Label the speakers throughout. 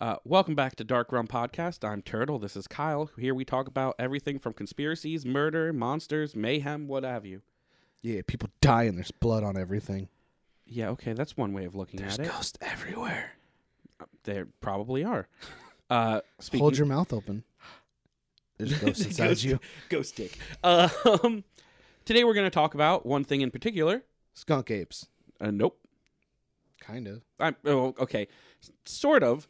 Speaker 1: Uh, welcome back to Dark Rum Podcast. I'm Turtle. This is Kyle. Here we talk about everything from conspiracies, murder, monsters, mayhem, what have you.
Speaker 2: Yeah, people die and there's blood on everything.
Speaker 1: Yeah, okay, that's one way of looking at it.
Speaker 2: ghosts everywhere.
Speaker 1: There probably are. Uh, speaking
Speaker 2: Hold your mouth open. There's ghosts inside
Speaker 1: Ghost-
Speaker 2: you.
Speaker 1: ghost dick. Uh, um, today we're going to talk about one thing in particular.
Speaker 2: Skunk apes.
Speaker 1: Uh, nope.
Speaker 2: Kind of.
Speaker 1: I'm, oh, okay. S- Sort of.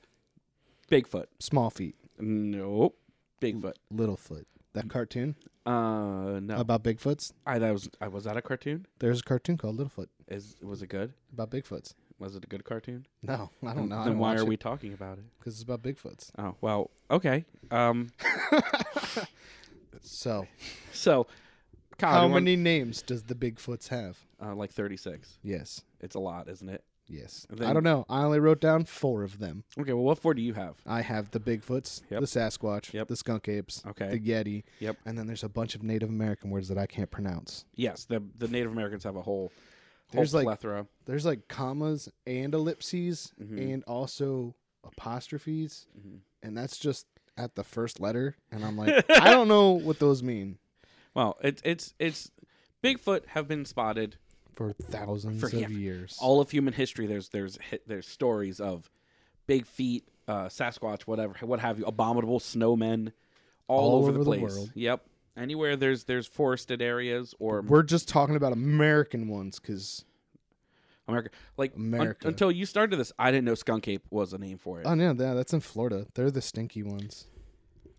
Speaker 1: Bigfoot.
Speaker 2: Small feet.
Speaker 1: Nope. Bigfoot.
Speaker 2: Littlefoot.
Speaker 1: Mm.
Speaker 2: That cartoon
Speaker 1: Uh, no.
Speaker 2: about Bigfoots.
Speaker 1: I that was I was that a cartoon?
Speaker 2: There's a cartoon called Littlefoot
Speaker 1: Is was it good?
Speaker 2: about Bigfoots.
Speaker 1: Was it a good cartoon?
Speaker 2: No, I don't know. I
Speaker 1: Then
Speaker 2: don't
Speaker 1: why are we talking about it?
Speaker 2: Because it's about Bigfoots.
Speaker 1: Oh well, okay. Um,
Speaker 2: So,
Speaker 1: so Kyle,
Speaker 2: how
Speaker 1: do you want-
Speaker 2: many names does the Bigfoots have?
Speaker 1: uh, like thirty-six.
Speaker 2: Yes.
Speaker 1: It's a lot, isn't it?
Speaker 2: Yes.
Speaker 1: Then-
Speaker 2: I don't know. I only wrote down four of them.
Speaker 1: Okay. Well, what four do you have?
Speaker 2: I have the Bigfoots,
Speaker 1: Yep.
Speaker 2: the Sasquatch,
Speaker 1: Yep.
Speaker 2: the skunk apes,
Speaker 1: Okay.
Speaker 2: the Yeti,
Speaker 1: Yep.
Speaker 2: and then there's a bunch of Native American words that I can't pronounce.
Speaker 1: Yes, the the Native Americans have a whole, whole
Speaker 2: There's, like-
Speaker 1: plethora.
Speaker 2: There's like commas and ellipses
Speaker 1: Mhm.
Speaker 2: and also apostrophes,
Speaker 1: Mhm.
Speaker 2: and that's just at the first letter. And I'm like, I don't know what those mean
Speaker 1: Well, it's it's it's Bigfoot have been spotted
Speaker 2: for thousands
Speaker 1: For-
Speaker 2: of
Speaker 1: yeah,
Speaker 2: years.
Speaker 1: all of human history. There's there's hi- there's stories of big feet, uh, Sasquatch, whatever, what have you, abominable snowmen, all,
Speaker 2: All
Speaker 1: over,
Speaker 2: over
Speaker 1: the
Speaker 2: the
Speaker 1: place.
Speaker 2: world.
Speaker 1: Yep. Anywhere there's there's forested areas or
Speaker 2: We're just talking about American ones because
Speaker 1: America. Like un-
Speaker 2: America.
Speaker 1: until you started this, I didn't know skunk ape was a name for it.
Speaker 2: oh no, that, that's in Florida. They're the stinky ones.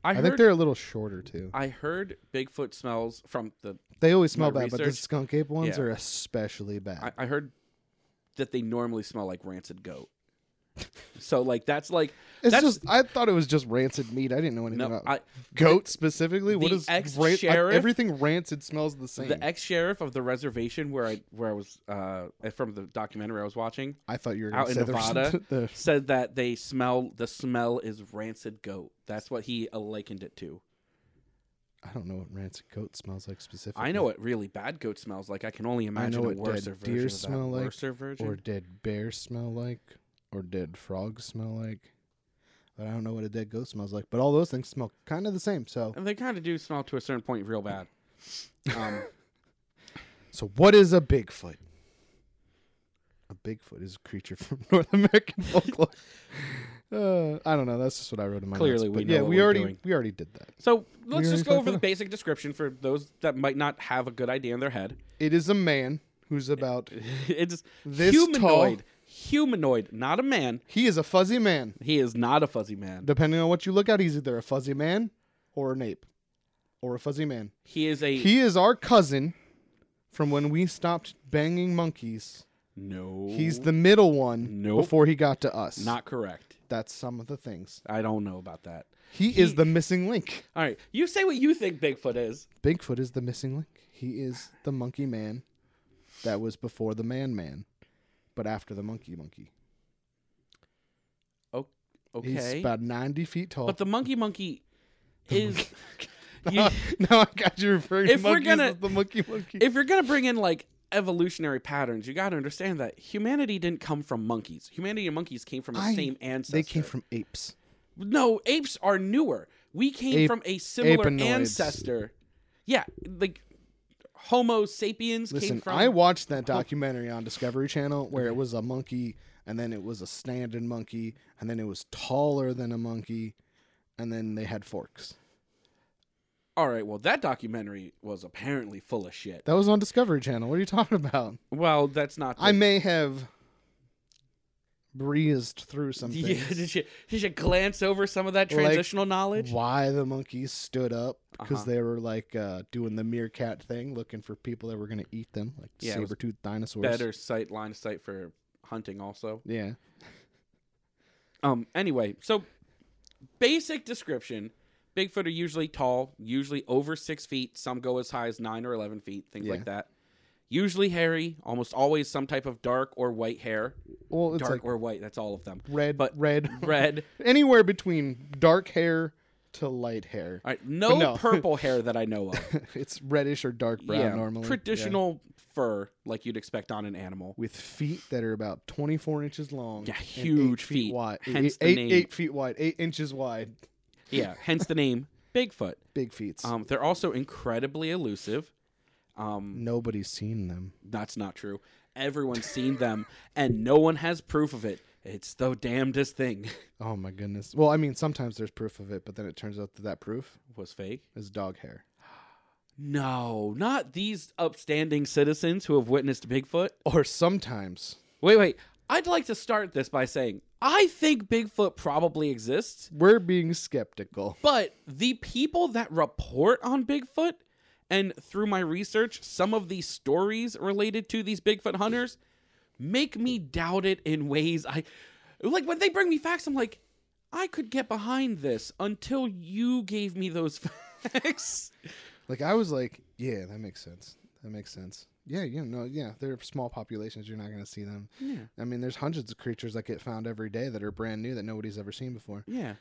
Speaker 1: I,
Speaker 2: I,
Speaker 1: heard,
Speaker 2: think they're a little shorter too.
Speaker 1: I heard Bigfoot smells from the.
Speaker 2: they always smell
Speaker 1: my
Speaker 2: bad, but the
Speaker 1: research-
Speaker 2: skunk ape ones
Speaker 1: Yeah.
Speaker 2: are especially bad.
Speaker 1: I, I heard that they normally smell like rancid goat. so like that's like
Speaker 2: it's
Speaker 1: that's
Speaker 2: just I thought it was just rancid meat. I didn't know anything
Speaker 1: no.
Speaker 2: about
Speaker 1: I,
Speaker 2: goat specifically. What
Speaker 1: the
Speaker 2: is ran- like,
Speaker 1: ex-sheriff-
Speaker 2: everything rancid smells the same.
Speaker 1: the ex sheriff of the reservation where I where I was uh from the documentary I was watching
Speaker 2: I thought you were
Speaker 1: out
Speaker 2: gonna
Speaker 1: in
Speaker 2: say
Speaker 1: Nevada
Speaker 2: The, the,
Speaker 1: said that they smell the smell is rancid goat. That's what he likened it to.
Speaker 2: I don't know what rancid goat smells like specifically.
Speaker 1: I know what really bad goat smells like. I can only
Speaker 2: I
Speaker 1: imagine
Speaker 2: know
Speaker 1: a
Speaker 2: what
Speaker 1: worse
Speaker 2: dead
Speaker 1: version
Speaker 2: deer
Speaker 1: of that.
Speaker 2: smell like,
Speaker 1: Worser version.
Speaker 2: or dead bears smell like, or dead frogs smell like, but I don't know what a dead goat smells like. But all those things smell kind of the same. So,
Speaker 1: And they kind of do smell to a certain point real bad. Um,
Speaker 2: so what is a Bigfoot? A Bigfoot is a creature from North American folklore. Uh, I don't know. That's just what I wrote in my notes,
Speaker 1: Clearly we
Speaker 2: but
Speaker 1: know
Speaker 2: yeah,
Speaker 1: what
Speaker 2: we
Speaker 1: we're
Speaker 2: already
Speaker 1: doing.
Speaker 2: we already did that.
Speaker 1: so let's
Speaker 2: already
Speaker 1: just go
Speaker 2: talked
Speaker 1: over the
Speaker 2: about-
Speaker 1: basic description for those that might not have a good idea in their head.
Speaker 2: It is a man who's about.
Speaker 1: It's
Speaker 2: This tall-
Speaker 1: humanoid. Humanoid, not a man.
Speaker 2: He is a fuzzy man.
Speaker 1: He is not a fuzzy man.
Speaker 2: Depending on what you look at, he's either a fuzzy man or an ape or a fuzzy man.
Speaker 1: He is a
Speaker 2: He is our cousin from when we stopped banging monkeys.
Speaker 1: no.
Speaker 2: He's the middle one
Speaker 1: Nope.
Speaker 2: before he got to us.
Speaker 1: not correct.
Speaker 2: That's some of the things.
Speaker 1: I don't know about that.
Speaker 2: He, is the missing link.
Speaker 1: All right, you say what you think Bigfoot is.
Speaker 2: Bigfoot is the missing link. He is the monkey man that was before the man man, but after the monkey monkey.
Speaker 1: O- okay,
Speaker 2: He's about 90 feet tall.
Speaker 1: but the monkey monkey is.
Speaker 2: now
Speaker 1: you,
Speaker 2: I got you referring
Speaker 1: If
Speaker 2: to
Speaker 1: we're
Speaker 2: monkeys
Speaker 1: gonna-
Speaker 2: as the monkey monkey.
Speaker 1: if you're gonna bring in like evolutionary patterns, you got to understand that humanity didn't come from monkeys. Humanity and monkeys came from the
Speaker 2: I-
Speaker 1: same ancestor.
Speaker 2: they came from apes.
Speaker 1: no apes are newer. We came
Speaker 2: Ape-
Speaker 1: from a similar
Speaker 2: apenoids.
Speaker 1: ancestor. Yeah, like Homo sapiens came
Speaker 2: Listen,
Speaker 1: from. Oh.
Speaker 2: I watched that documentary on Discovery Channel where it was a monkey, and then it was a standing monkey, and then it was taller than a monkey, and then they had forks.
Speaker 1: all right, well, that documentary was apparently full of shit.
Speaker 2: That was on Discovery Channel. What are you talking about?
Speaker 1: Well, that's not. the-
Speaker 2: I may have breezed through something.
Speaker 1: Yeah, did you, did you glance over some of that transitional knowledge?
Speaker 2: Why the monkeys stood up because
Speaker 1: Uh-huh.
Speaker 2: they were like uh, doing the meerkat thing, looking for people that were going to eat them, like
Speaker 1: Yeah, it was
Speaker 2: saber-toothed dinosaurs.
Speaker 1: Better sight, line of sight for hunting, also.
Speaker 2: Yeah.
Speaker 1: Um. Anyway, so basic description: Bigfoot are usually tall, usually over six feet. Some go as high as nine or eleven feet, things
Speaker 2: Yeah.
Speaker 1: like that. Usually hairy, almost always some type of dark or white hair.
Speaker 2: Well, it's
Speaker 1: Dark
Speaker 2: like
Speaker 1: or white, that's all of them.
Speaker 2: red,
Speaker 1: but-
Speaker 2: red,
Speaker 1: Red.
Speaker 2: anywhere between dark hair to light hair.
Speaker 1: All right, no,
Speaker 2: no.
Speaker 1: purple hair that I know of.
Speaker 2: it's reddish or dark brown
Speaker 1: yeah,
Speaker 2: normally. Yeah.
Speaker 1: traditional fur like you'd expect on an animal.
Speaker 2: With feet that are about 24 inches long,
Speaker 1: Yeah,
Speaker 2: and
Speaker 1: huge
Speaker 2: eight
Speaker 1: feet,
Speaker 2: feet wide, Eight-
Speaker 1: hence the
Speaker 2: eight,
Speaker 1: name.
Speaker 2: eight feet wide, eight inches wide,
Speaker 1: Yeah, hence the name Bigfoot.
Speaker 2: big feet.
Speaker 1: Um, they're also incredibly elusive. Um,
Speaker 2: Nobody's seen them.
Speaker 1: that's not true. Everyone's seen them, and no one has proof of it. It's the damnedest thing.
Speaker 2: Oh my goodness. Well, I mean, sometimes there's proof of it, but then it turns out that that proof
Speaker 1: Was fake?
Speaker 2: is dog hair.
Speaker 1: No, not these upstanding citizens who have witnessed Bigfoot.
Speaker 2: Or sometimes,
Speaker 1: Wait, wait. I'd like to start this by saying I think Bigfoot probably exists.
Speaker 2: we're being skeptical.
Speaker 1: But the people that report on Bigfoot, and through my research, some of these stories related to these Bigfoot hunters make me doubt it in ways I like when they bring me facts, I'm like, I could get behind this until you gave me those facts.
Speaker 2: Like, I was like, yeah, that makes sense. That makes sense. Yeah, you know, yeah, they're small populations. You're not going to see them.
Speaker 1: Yeah.
Speaker 2: I mean, there's hundreds of creatures that get found every day that are brand new that nobody's ever seen before.
Speaker 1: Yeah.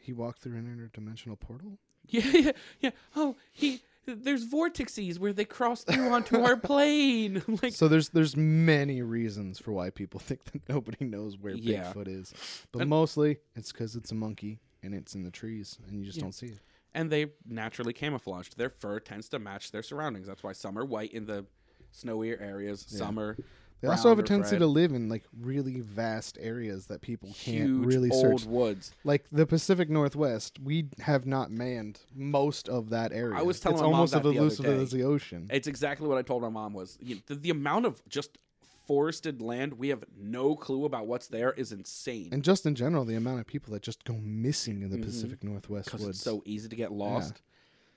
Speaker 2: He walked through an interdimensional portal?
Speaker 1: Yeah, yeah, yeah. Oh, he there's vortices where they cross through onto our plane. I'm like
Speaker 2: So there's there's many reasons for why people think that nobody knows where
Speaker 1: Yeah.
Speaker 2: Bigfoot is. But mostly it's cuz it's a monkey and it's in the trees and you just don't see it.
Speaker 1: and they naturally camouflaged. Their fur tends to match their surroundings. That's why some are white in the snowier areas. Some are.
Speaker 2: They also have a
Speaker 1: brown or
Speaker 2: tendency
Speaker 1: red.
Speaker 2: to live in like really vast areas that people can't
Speaker 1: huge
Speaker 2: really
Speaker 1: old
Speaker 2: search.
Speaker 1: woods.
Speaker 2: Like the Pacific Northwest, we have not manned most of that area.
Speaker 1: was telling
Speaker 2: it's
Speaker 1: my mom
Speaker 2: almost
Speaker 1: that
Speaker 2: as
Speaker 1: the other
Speaker 2: elusive
Speaker 1: day.
Speaker 2: as the ocean.
Speaker 1: It's exactly what I told my mom was you know, the, the amount of just forested land we have no clue about what's there is insane
Speaker 2: And just in general, the amount of people that just go missing in the Pacific Northwest
Speaker 1: because
Speaker 2: woods.
Speaker 1: Mm-hmm. it's so easy to get lost.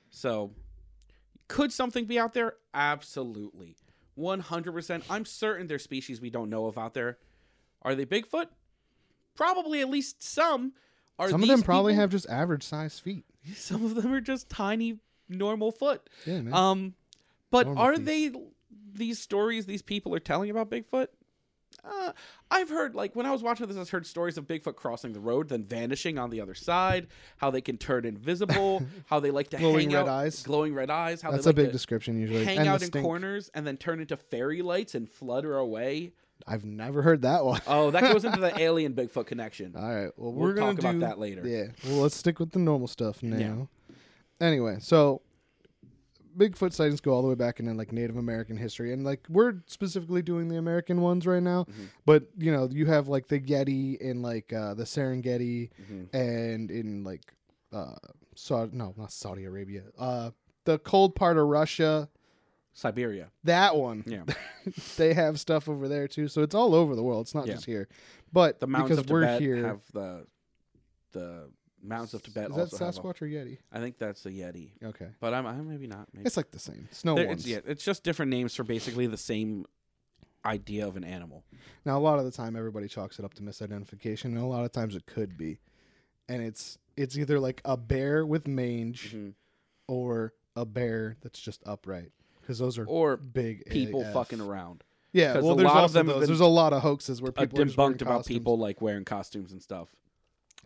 Speaker 1: So, could something be out there? Absolutely, one hundred percent. I'm certain there's species we don't know of out there. Are they Bigfoot? Probably at least some. Are
Speaker 2: Some of them
Speaker 1: these
Speaker 2: probably
Speaker 1: people-
Speaker 2: have just average sized feet.
Speaker 1: Some of them are just tiny normal foot.
Speaker 2: Yeah, man.
Speaker 1: Um but
Speaker 2: Normal
Speaker 1: are
Speaker 2: feet.
Speaker 1: they these stories these people are telling about Bigfoot? Uh, I've heard like when I was watching this, I've heard stories of Bigfoot crossing the road, then vanishing on the other side. How they can turn invisible. how they like to
Speaker 2: Glowing
Speaker 1: hang
Speaker 2: red
Speaker 1: out,
Speaker 2: eyes.
Speaker 1: glowing red eyes. How
Speaker 2: That's
Speaker 1: they
Speaker 2: a
Speaker 1: like
Speaker 2: big
Speaker 1: to
Speaker 2: description usually.
Speaker 1: hang
Speaker 2: and the
Speaker 1: out in
Speaker 2: stink.
Speaker 1: corners and then turn into fairy lights and flutter away.
Speaker 2: I've never heard that one.
Speaker 1: Oh, that goes into the alien Bigfoot connection.
Speaker 2: All right.
Speaker 1: We'll
Speaker 2: Well, we're gonna
Speaker 1: talk about
Speaker 2: do-
Speaker 1: that later.
Speaker 2: Yeah. Well, let's stick with the normal stuff now. Anyway, so Bigfoot sightings go all the way back into like Native American history, and like we're specifically doing the American ones right now.
Speaker 1: Mm-hmm.
Speaker 2: But you know, you have like the Yeti in like uh, the Serengeti,
Speaker 1: Mm-hmm.
Speaker 2: and in like uh, Saudi no, not Saudi Arabia. Uh, the cold part of Russia.
Speaker 1: Siberia.
Speaker 2: That one.
Speaker 1: Yeah.
Speaker 2: they have stuff over there too. So it's all over the world. It's not
Speaker 1: Yeah.
Speaker 2: just here. But
Speaker 1: The mountains
Speaker 2: because
Speaker 1: of
Speaker 2: we're
Speaker 1: Tibet
Speaker 2: here,
Speaker 1: have the the mountains of Tibet
Speaker 2: is that
Speaker 1: also have. a-
Speaker 2: Sasquatch or Yeti?
Speaker 1: I think that's a Yeti,
Speaker 2: Okay,
Speaker 1: but I'm, I'm maybe not. Maybe.
Speaker 2: it's like the same snow
Speaker 1: There-
Speaker 2: ones.
Speaker 1: it's, yeah, it's just different names for basically the same idea of an animal.
Speaker 2: Now a lot of the time, everybody chalks it up to misidentification, and a lot of times it could be, and it's it's either like a bear with mange,
Speaker 1: Mhm.
Speaker 2: or a bear that's just upright, because those are
Speaker 1: Or
Speaker 2: big
Speaker 1: people
Speaker 2: AF.
Speaker 1: fucking around.
Speaker 2: Yeah,
Speaker 1: 'cause
Speaker 2: well,
Speaker 1: a
Speaker 2: there's
Speaker 1: lot of
Speaker 2: also
Speaker 1: them have
Speaker 2: those.
Speaker 1: been-
Speaker 2: there's a lot of hoaxes where
Speaker 1: Uh,
Speaker 2: people are just wearing
Speaker 1: debunked about
Speaker 2: costumes.
Speaker 1: people like wearing costumes and stuff.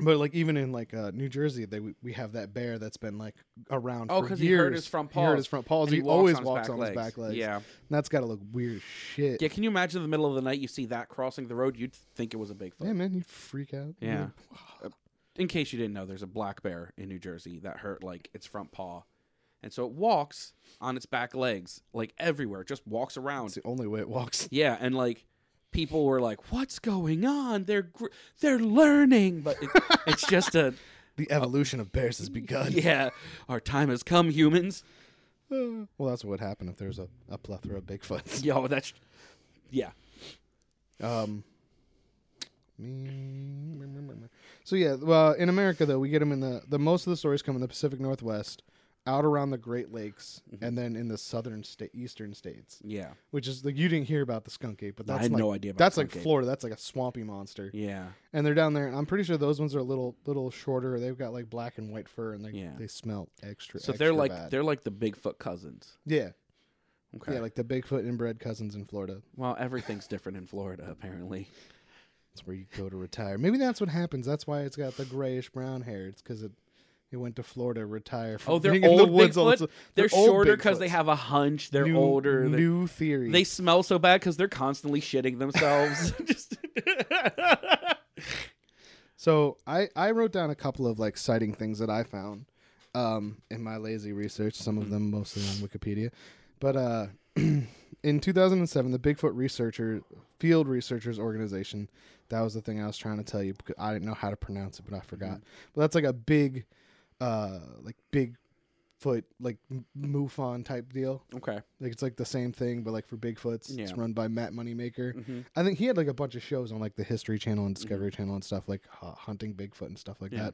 Speaker 2: But like even in like uh, New Jersey, they we have that bear that's been like around.
Speaker 1: Oh, because
Speaker 2: because
Speaker 1: he hurt his front paws.
Speaker 2: He hurt his front paws.
Speaker 1: and
Speaker 2: He,
Speaker 1: walks
Speaker 2: always
Speaker 1: on his
Speaker 2: walks
Speaker 1: back
Speaker 2: on his back legs.
Speaker 1: Yeah.
Speaker 2: And that's got to look weird as shit.
Speaker 1: Yeah, can you imagine in the middle of the night you see that crossing the road? You'd think it was a Bigfoot.
Speaker 2: Yeah, man, you freak out. You'd
Speaker 1: Yeah. Uh, In case you didn't know, there's a black bear in New Jersey that hurt like its front paw. And so it walks on its back legs, like everywhere, just walks around.
Speaker 2: It's the only way it walks.
Speaker 1: Yeah, and like people were like, "What's going on? They're gr- they're learning," but it, it's just a
Speaker 2: The evolution of bears has begun.
Speaker 1: Yeah, our time has come, humans.
Speaker 2: Uh, well, that's what would happen if there's a, a plethora of Bigfoots.
Speaker 1: Yo, that's yeah.
Speaker 2: Um, so yeah, well, in America though, we get them in the the most of the stories come in the Pacific Northwest, out around the Great Lakes,
Speaker 1: Mm-hmm.
Speaker 2: and then in the southern state, eastern states,
Speaker 1: Yeah.
Speaker 2: which is like you didn't hear about the skunk ape, but
Speaker 1: I
Speaker 2: that's
Speaker 1: had
Speaker 2: like,
Speaker 1: no idea about
Speaker 2: that's
Speaker 1: skunk
Speaker 2: like
Speaker 1: ape.
Speaker 2: Florida. That's like a swampy monster,
Speaker 1: Yeah.
Speaker 2: and they're down there. And I'm pretty sure those ones are a little little shorter. They've got like black and white fur, and they
Speaker 1: Yeah.
Speaker 2: they smell extra.
Speaker 1: So they're
Speaker 2: extra
Speaker 1: like
Speaker 2: bad.
Speaker 1: they're like the Bigfoot cousins.
Speaker 2: yeah
Speaker 1: Okay.
Speaker 2: yeah like the Bigfoot inbred cousins in Florida.
Speaker 1: well, everything's different in Florida apparently.
Speaker 2: That's where you go to retire. Maybe that's what happens. That's why it's got the grayish brown hair. It's because it it went to Florida to retire. From
Speaker 1: Oh, they're
Speaker 2: being in
Speaker 1: old
Speaker 2: the woods all
Speaker 1: Bigfoot.
Speaker 2: the-
Speaker 1: they're
Speaker 2: old
Speaker 1: shorter because they
Speaker 2: Bigfoots.
Speaker 1: have a hunch. They're
Speaker 2: new,
Speaker 1: older. They-
Speaker 2: New theory.
Speaker 1: They smell so bad because they're constantly shitting themselves. Just
Speaker 2: so I I wrote down a couple of like citing things that I found um, in my lazy research. Some of them mostly on Wikipedia, but uh, in 2007, the Bigfoot researcher field researchers organization. That was the thing I was trying to tell you because I didn't know how to pronounce it, but I forgot. But that's like a big, uh, like Bigfoot, like m- MUFON type deal.
Speaker 1: okay.
Speaker 2: Like it's like the same thing, but like for Bigfoots, it's
Speaker 1: Yeah. Mm-hmm.
Speaker 2: run by Matt Moneymaker. I think he had like a bunch of shows on like the History Channel and Discovery Channel and stuff, like uh, hunting Bigfoot and stuff like
Speaker 1: Yeah.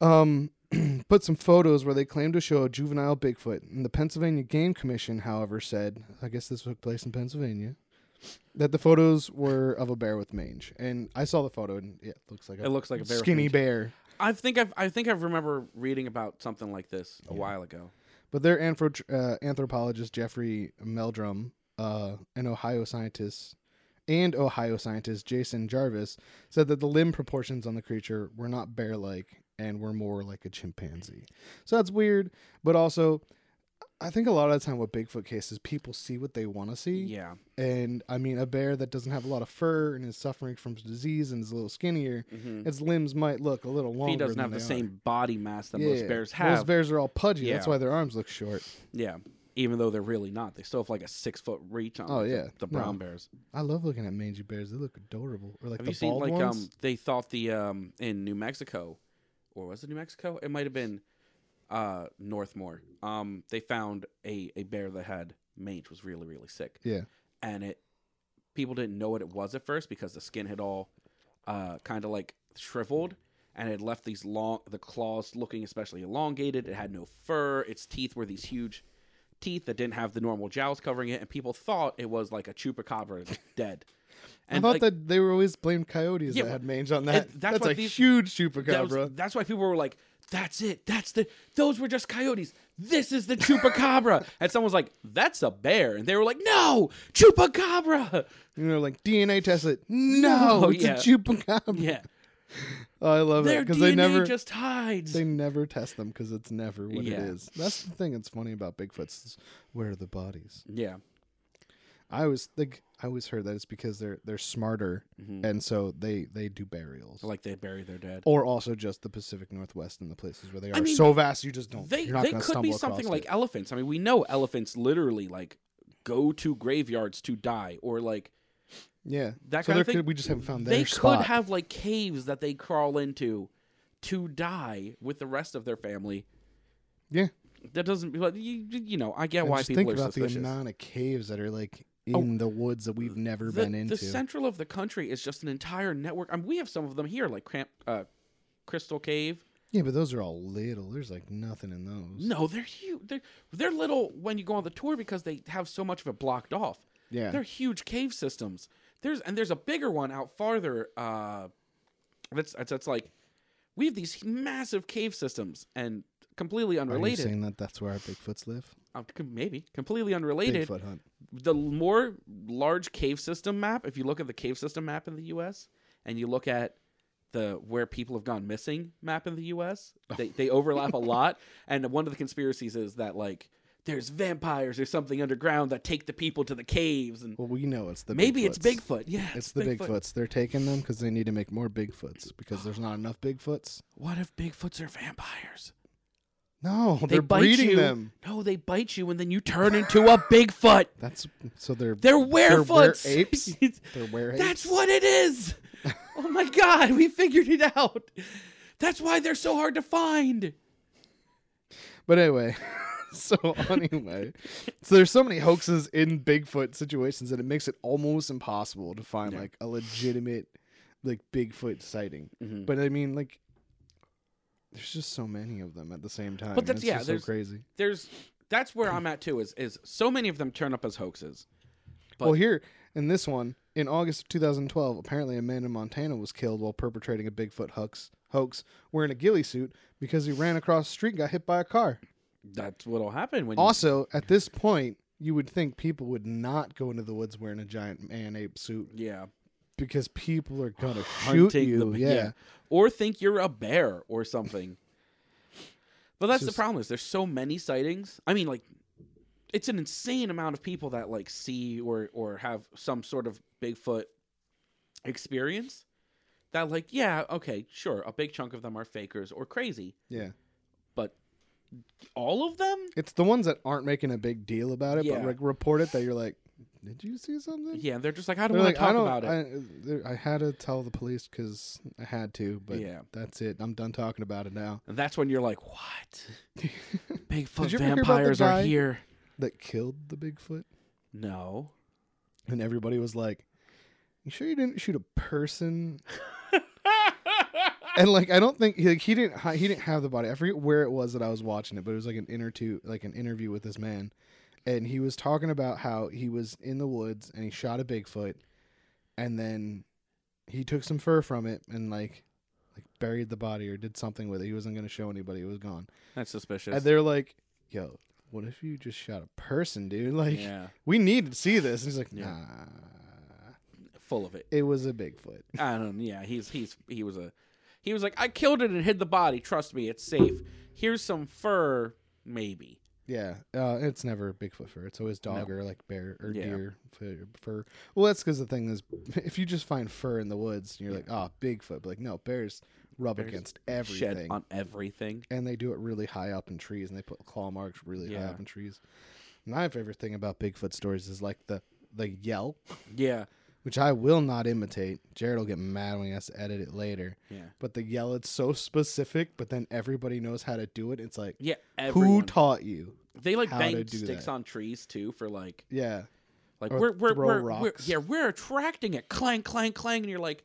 Speaker 2: that. Um, but some photos where they claimed to show a juvenile Bigfoot, and the Pennsylvania Game Commission, however, said, I guess this took place in Pennsylvania, that the photos were of a bear with mange. And I saw the photo, and yeah, it looks like a
Speaker 1: It looks like a bear with
Speaker 2: skinny
Speaker 1: mange.
Speaker 2: bear.
Speaker 1: I think I've, I think I remember reading about something like this a while ago.
Speaker 2: But their anthro- uh, anthropologist Jeffrey Meldrum, uh, an Ohio scientist, and Ohio scientist Jason Jarvis said that the limb proportions on the creature were not bear-like and were more like a chimpanzee. So that's weird, but also, I think a lot of the time with Bigfoot cases, people see what they want to see.
Speaker 1: Yeah.
Speaker 2: And I mean, a bear that doesn't have a lot of fur and is suffering from disease and is a little skinnier, its limbs might look a little longer.
Speaker 1: He Mm-hmm. doesn't have
Speaker 2: than
Speaker 1: the
Speaker 2: they are.
Speaker 1: same body mass that most
Speaker 2: Yeah.
Speaker 1: bears have.
Speaker 2: Most bears are all pudgy. That's
Speaker 1: Yeah.
Speaker 2: why their arms look short.
Speaker 1: yeah. Even though they're really not, they still have like a six foot reach on.
Speaker 2: Oh,
Speaker 1: like, the-
Speaker 2: yeah.
Speaker 1: the, brown
Speaker 2: No.
Speaker 1: bears.
Speaker 2: I love looking at mangy bears. They look adorable. Or like
Speaker 1: Have
Speaker 2: the
Speaker 1: you seen
Speaker 2: bald
Speaker 1: like
Speaker 2: ones.
Speaker 1: um they thought the um in New Mexico, or was it New Mexico? It might have been, uh Northmore. Um, they found a a bear that had mange was really really sick.
Speaker 2: yeah.
Speaker 1: and it people didn't know what it was at first because the skin had all uh, kind of like shriveled and it left these long the claws looking especially elongated it had no fur its teeth were these huge teeth that didn't have the normal jowls covering it and people thought it was like a chupacabra that's dead
Speaker 2: I
Speaker 1: and
Speaker 2: thought
Speaker 1: like,
Speaker 2: that they were always blamed coyotes
Speaker 1: Yeah,
Speaker 2: that had
Speaker 1: well,
Speaker 2: mange on that.
Speaker 1: and that's
Speaker 2: That's,
Speaker 1: why
Speaker 2: a
Speaker 1: these-
Speaker 2: huge
Speaker 1: that was-
Speaker 2: chupacabra.
Speaker 1: that's why people were like that's it that's the those were just coyotes this is the chupacabra and someone was like that's a bear and they were like no chupacabra
Speaker 2: you know, like DNA test it. No,
Speaker 1: No,
Speaker 2: it's
Speaker 1: yeah.
Speaker 2: a chupacabra.
Speaker 1: yeah
Speaker 2: Oh, I love it
Speaker 1: Their
Speaker 2: because
Speaker 1: DNA
Speaker 2: they never
Speaker 1: just hides.
Speaker 2: they never test them because it's never what
Speaker 1: Yeah.
Speaker 2: it is. That's the thing that's funny about Bigfoots. Is where are the bodies?
Speaker 1: yeah.
Speaker 2: I always think I always heard that it's because they're they're smarter and so they they do burials.
Speaker 1: Mm-hmm. Like they bury their dead.
Speaker 2: or also just the Pacific Northwest and the places where they are
Speaker 1: mean,
Speaker 2: so vast you just don't.
Speaker 1: They
Speaker 2: you're not
Speaker 1: they
Speaker 2: gonna
Speaker 1: could be
Speaker 2: stumble across
Speaker 1: something
Speaker 2: it.
Speaker 1: like elephants. I mean, we know elephants literally like go to graveyards to die or like
Speaker 2: Yeah,
Speaker 1: that
Speaker 2: so
Speaker 1: kind
Speaker 2: there
Speaker 1: of thing.
Speaker 2: Could, we just haven't found their
Speaker 1: they
Speaker 2: spot.
Speaker 1: could have like caves that they crawl into to die with the rest of their family.
Speaker 2: yeah.
Speaker 1: That doesn't but you, you know, I get
Speaker 2: And
Speaker 1: why
Speaker 2: just
Speaker 1: people
Speaker 2: think
Speaker 1: are
Speaker 2: about
Speaker 1: suspicious. Oh,
Speaker 2: the amount of caves that are like in the woods that we've never
Speaker 1: the,
Speaker 2: been
Speaker 1: the
Speaker 2: into.
Speaker 1: central of the country is just an entire network. I mean, we have some of them here like Cramp, uh, Crystal Cave.
Speaker 2: yeah, but those are all little. There's like nothing in those.
Speaker 1: No, they're huge. They're, they're little when you go on the tour because they have so much of it blocked off.
Speaker 2: Yeah.
Speaker 1: They're huge cave systems. There's and there's a bigger one out farther. Uh, that's that's, that's like we have these massive cave systems and completely
Speaker 2: Are you
Speaker 1: unrelated.
Speaker 2: saying that that's where our Bigfoots live?
Speaker 1: Uh, c- maybe completely unrelated.
Speaker 2: Bigfoot hunt.
Speaker 1: The more large cave system map. If you look at the cave system map in the U.S. and you look at the where people have gone missing map in the US.
Speaker 2: Oh.
Speaker 1: They they overlap a lot. And one of the conspiracies is that like there's vampires or something underground that take the people to the caves and
Speaker 2: Well, we know it's the
Speaker 1: maybe it's
Speaker 2: Bigfoots.
Speaker 1: Bigfoot. Yeah.
Speaker 2: It's the Bigfoots. They're taking them because they need to make more Bigfoots because there's not enough Bigfoots.
Speaker 1: What if Bigfoots are vampires?
Speaker 2: No,
Speaker 1: They
Speaker 2: are
Speaker 1: bite
Speaker 2: breeding
Speaker 1: you.
Speaker 2: them.
Speaker 1: No, they bite you and then you turn into a Bigfoot.
Speaker 2: That's so they're
Speaker 1: They're
Speaker 2: they're
Speaker 1: werefoots.
Speaker 2: apes.
Speaker 1: It's-
Speaker 2: they're were
Speaker 1: That's what it is. oh my god, we figured it out. That's why they're so hard to find.
Speaker 2: But anyway, so anyway, so there's so many hoaxes in Bigfoot situations that it makes it almost impossible to find like a legitimate like Bigfoot sighting.
Speaker 1: Mm-hmm.
Speaker 2: But I mean, like, there's just so many of them at the same time.
Speaker 1: that's-
Speaker 2: it's
Speaker 1: yeah,
Speaker 2: just so
Speaker 1: there's-
Speaker 2: crazy.
Speaker 1: There's that's where I'm at too. Is is so many of them turn up as hoaxes.
Speaker 2: well, here in this one, in August of 2012, apparently a man in Montana was killed while perpetrating a Bigfoot hoax. Hoax wearing a ghillie suit because he ran across the street and got hit by a car.
Speaker 1: That's what'll happen when
Speaker 2: Also, at this point, you would think people would not go into the woods wearing a giant man ape suit
Speaker 1: you yeah
Speaker 2: because people are gonna shoot
Speaker 1: hunting
Speaker 2: you.
Speaker 1: the
Speaker 2: yeah.
Speaker 1: or think you're a bear or something. but that's the
Speaker 2: Just-
Speaker 1: problem is there's so many sightings. I mean, like it's an insane amount of people that like see or or have some sort of Bigfoot experience. That like yeah okay sure a big chunk of them are fakers or crazy,
Speaker 2: yeah,
Speaker 1: but all of them
Speaker 2: It's the ones that aren't making a big deal about it,
Speaker 1: Yeah.
Speaker 2: but like report it that you're like, did you see something?
Speaker 1: yeah they're just like I don't
Speaker 2: They're
Speaker 1: want
Speaker 2: like,
Speaker 1: to talk
Speaker 2: I don't.
Speaker 1: about it.
Speaker 2: I, I had to tell the police because I had to, but
Speaker 1: Yeah.
Speaker 2: that's it. I'm done talking about it now.
Speaker 1: And that's when you're like, what? Bigfoot
Speaker 2: Did you ever hear about the
Speaker 1: vampires are
Speaker 2: guy-
Speaker 1: here.
Speaker 2: That killed the Bigfoot,
Speaker 1: No.
Speaker 2: and everybody was like, "You sure you didn't shoot a person?" and like, I don't think like he didn't hi- he didn't have the body. I forget where it was that I was watching it, but it was like an interview like an interview with this man, and he was talking about how he was in the woods and he shot a Bigfoot, and then he took some fur from it and like like buried the body or did something with it. He wasn't going to show anybody. It was gone.
Speaker 1: That's suspicious.
Speaker 2: And they're like, "Yo, what if you just shot a person, dude? Like,
Speaker 1: yeah.
Speaker 2: we need to see this." And he's like,
Speaker 1: Yeah.
Speaker 2: "Nah,
Speaker 1: Full of it.
Speaker 2: it was a Bigfoot."
Speaker 1: I don't yeah, he's he's he was a he was like, I killed it and hid the body, trust me, it's safe. Here's some fur, maybe.
Speaker 2: Yeah, uh, it's never Bigfoot fur. It's always dog or like bear or
Speaker 1: Yeah.
Speaker 2: deer fur- fur. Well, that's because the thing is, if you just find fur in the woods, and you're like, "Ah, Bigfoot," but like, no, bears rub against
Speaker 1: Shed
Speaker 2: everything,
Speaker 1: on everything.
Speaker 2: and they do it really high up in trees, and they put claw marks really high
Speaker 1: Yeah.
Speaker 2: up in trees. My favorite thing about Bigfoot stories is like the the yell
Speaker 1: Yeah.
Speaker 2: which I will not imitate. Jared will get mad when he has to edit it later.
Speaker 1: Yeah.
Speaker 2: But the yell, it's so specific, but then everybody knows how to do it. It's like,
Speaker 1: Yeah.
Speaker 2: who
Speaker 1: Everyone.
Speaker 2: taught you?
Speaker 1: they like
Speaker 2: how to
Speaker 1: banged
Speaker 2: do
Speaker 1: sticks
Speaker 2: that?
Speaker 1: on trees too for like
Speaker 2: Yeah.
Speaker 1: Like
Speaker 2: Or
Speaker 1: we're we're,
Speaker 2: throw
Speaker 1: we're, we're
Speaker 2: rocks.
Speaker 1: yeah we're attracting it clang clang clang and you're like,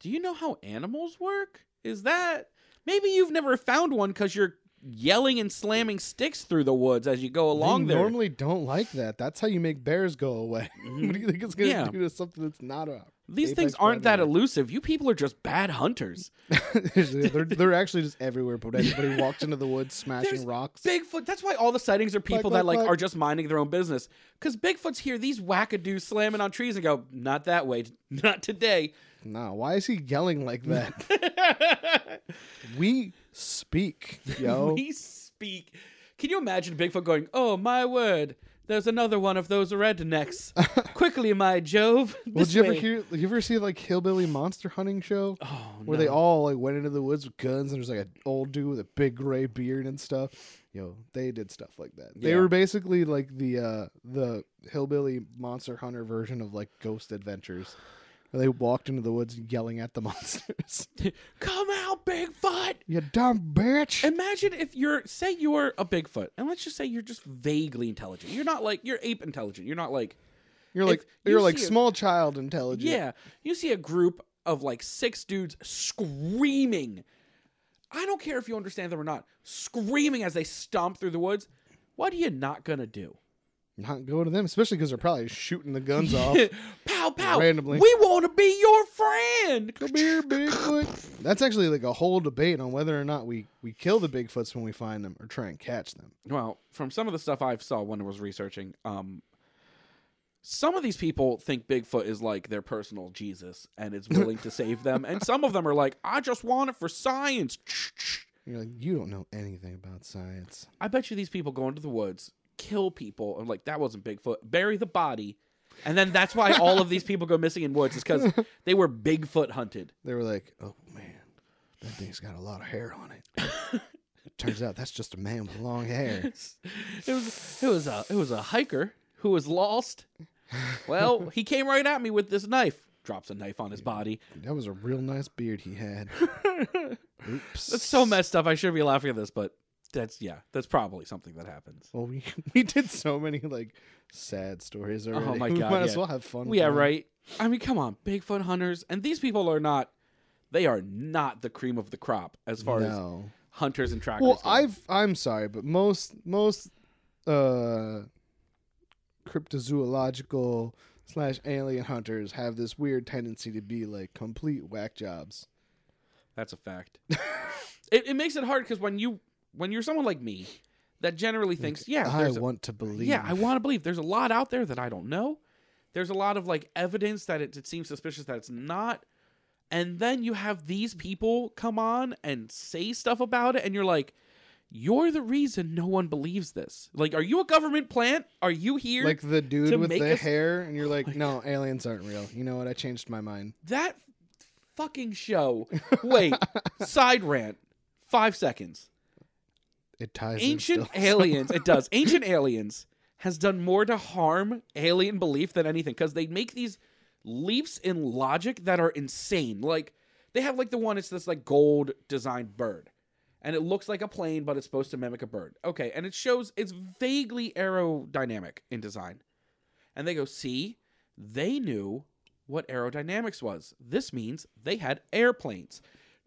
Speaker 1: do you know how animals work? Is that maybe you've never found one because you're yelling and slamming sticks through the woods as you go along
Speaker 2: they
Speaker 1: there.
Speaker 2: normally don't like that. That's how you make bears go away. what do you think it's going to
Speaker 1: Mm-hmm. Yeah.
Speaker 2: do to something that's not a.
Speaker 1: These
Speaker 2: apex
Speaker 1: things aren't that
Speaker 2: predator?
Speaker 1: elusive. You people are just bad hunters.
Speaker 2: they're, they're actually just everywhere, but everybody walks into the woods smashing
Speaker 1: There's
Speaker 2: rocks.
Speaker 1: Bigfoot. That's why all the sightings are people
Speaker 2: Clack,
Speaker 1: that like
Speaker 2: clack,
Speaker 1: are just minding their own business. Because Bigfoot's here, these wackadoos slamming on trees and go, not that way, not today.
Speaker 2: Nah, why is he yelling like that? we speak, yo.
Speaker 1: we speak. Can you imagine Bigfoot going, "Oh my word, there's another one of those rednecks. Quickly, my Jove."
Speaker 2: Well,
Speaker 1: this
Speaker 2: did you ever
Speaker 1: way."
Speaker 2: hear? You ever see like hillbilly monster hunting show?
Speaker 1: Oh,
Speaker 2: where they all like went into the woods with guns and there's like an old dude with a big gray beard and stuff. Yo, they did stuff like that. They
Speaker 1: Yeah.
Speaker 2: were basically like the uh the hillbilly monster hunter version of like Ghost Adventures. Where they walked into the woods yelling at the monsters.
Speaker 1: Come out, Bigfoot.
Speaker 2: you dumb bitch.
Speaker 1: Imagine if you're, say, you're a Bigfoot, and let's just say you're just vaguely intelligent. You're not like you're ape intelligent. You're not like
Speaker 2: you're like
Speaker 1: you
Speaker 2: you're like
Speaker 1: see a-
Speaker 2: small child intelligent.
Speaker 1: yeah. You see a group of like six dudes screaming. I don't care if you understand them or not. Screaming as they stomp through the woods. What are you not gonna do?
Speaker 2: Not go to them, especially because they're probably shooting the guns off.
Speaker 1: pow pow.
Speaker 2: Randomly.
Speaker 1: We want to be your friend.
Speaker 2: Come here, Bigfoot. That's actually like a whole debate on whether or not we we kill the Bigfoots when we find them or try and catch them.
Speaker 1: Well, from some of the stuff I saw when I was researching, um, some of these people think Bigfoot is like their personal Jesus and is willing to save them, and some of them are like, I just want it for science.
Speaker 2: You're like, you don't know anything about science.
Speaker 1: I bet you these people go into the woods, kill people, and like that wasn't Bigfoot, bury the body. And then that's why all of these people go missing in woods is because they were Bigfoot hunted.
Speaker 2: They were like, oh man, that thing's got a lot of hair on it. Turns out that's just a man with long hair.
Speaker 1: It was it was a it was a hiker who was lost. Well, he came right at me with this knife. drops a knife on his body.
Speaker 2: That was a real nice beard he had. Oops.
Speaker 1: That's so messed up. I should be laughing at this, but that's yeah, that's probably something that happens.
Speaker 2: Well, we we did so many like sad stories already.
Speaker 1: Oh my
Speaker 2: we
Speaker 1: God,
Speaker 2: might as
Speaker 1: yeah.
Speaker 2: well have fun. with
Speaker 1: yeah,
Speaker 2: them.
Speaker 1: right. I mean, come on, Bigfoot hunters, and these people are not. They are not the cream of the crop as far as
Speaker 2: No.
Speaker 1: hunters and trackers.
Speaker 2: Well,
Speaker 1: go.
Speaker 2: I've I'm sorry, but most most uh cryptozoological slash alien hunters have this weird tendency to be like complete whack jobs.
Speaker 1: That's a fact. it, it makes it hard because when you when you're someone like me that generally thinks, yeah,
Speaker 2: I
Speaker 1: there's a-
Speaker 2: want to believe.
Speaker 1: yeah, I want to believe there's a lot out there that I don't know. There's a lot of like evidence that it, it seems suspicious that it's not. And then you have these people come on and say stuff about it, and you're like, you're the reason no one believes this. Like, are you a government plant? Are you here?
Speaker 2: like the dude
Speaker 1: to
Speaker 2: with
Speaker 1: make
Speaker 2: the
Speaker 1: us- Oh
Speaker 2: hair, and you're like, no, aliens aren't real. You know what? I changed my mind.
Speaker 1: that fucking show. Wait, side rant. Five seconds.
Speaker 2: It ties in
Speaker 1: Ancient
Speaker 2: still.
Speaker 1: Aliens, it does. Ancient Aliens has done more to harm alien belief than anything because they make these leaps in logic that are insane. Like they have like the one it's this like gold designed bird. And it looks like a plane, but it's supposed to mimic a bird. Okay, and it shows it's vaguely aerodynamic in design. And they go, see, they knew what aerodynamics was. This means they had airplanes.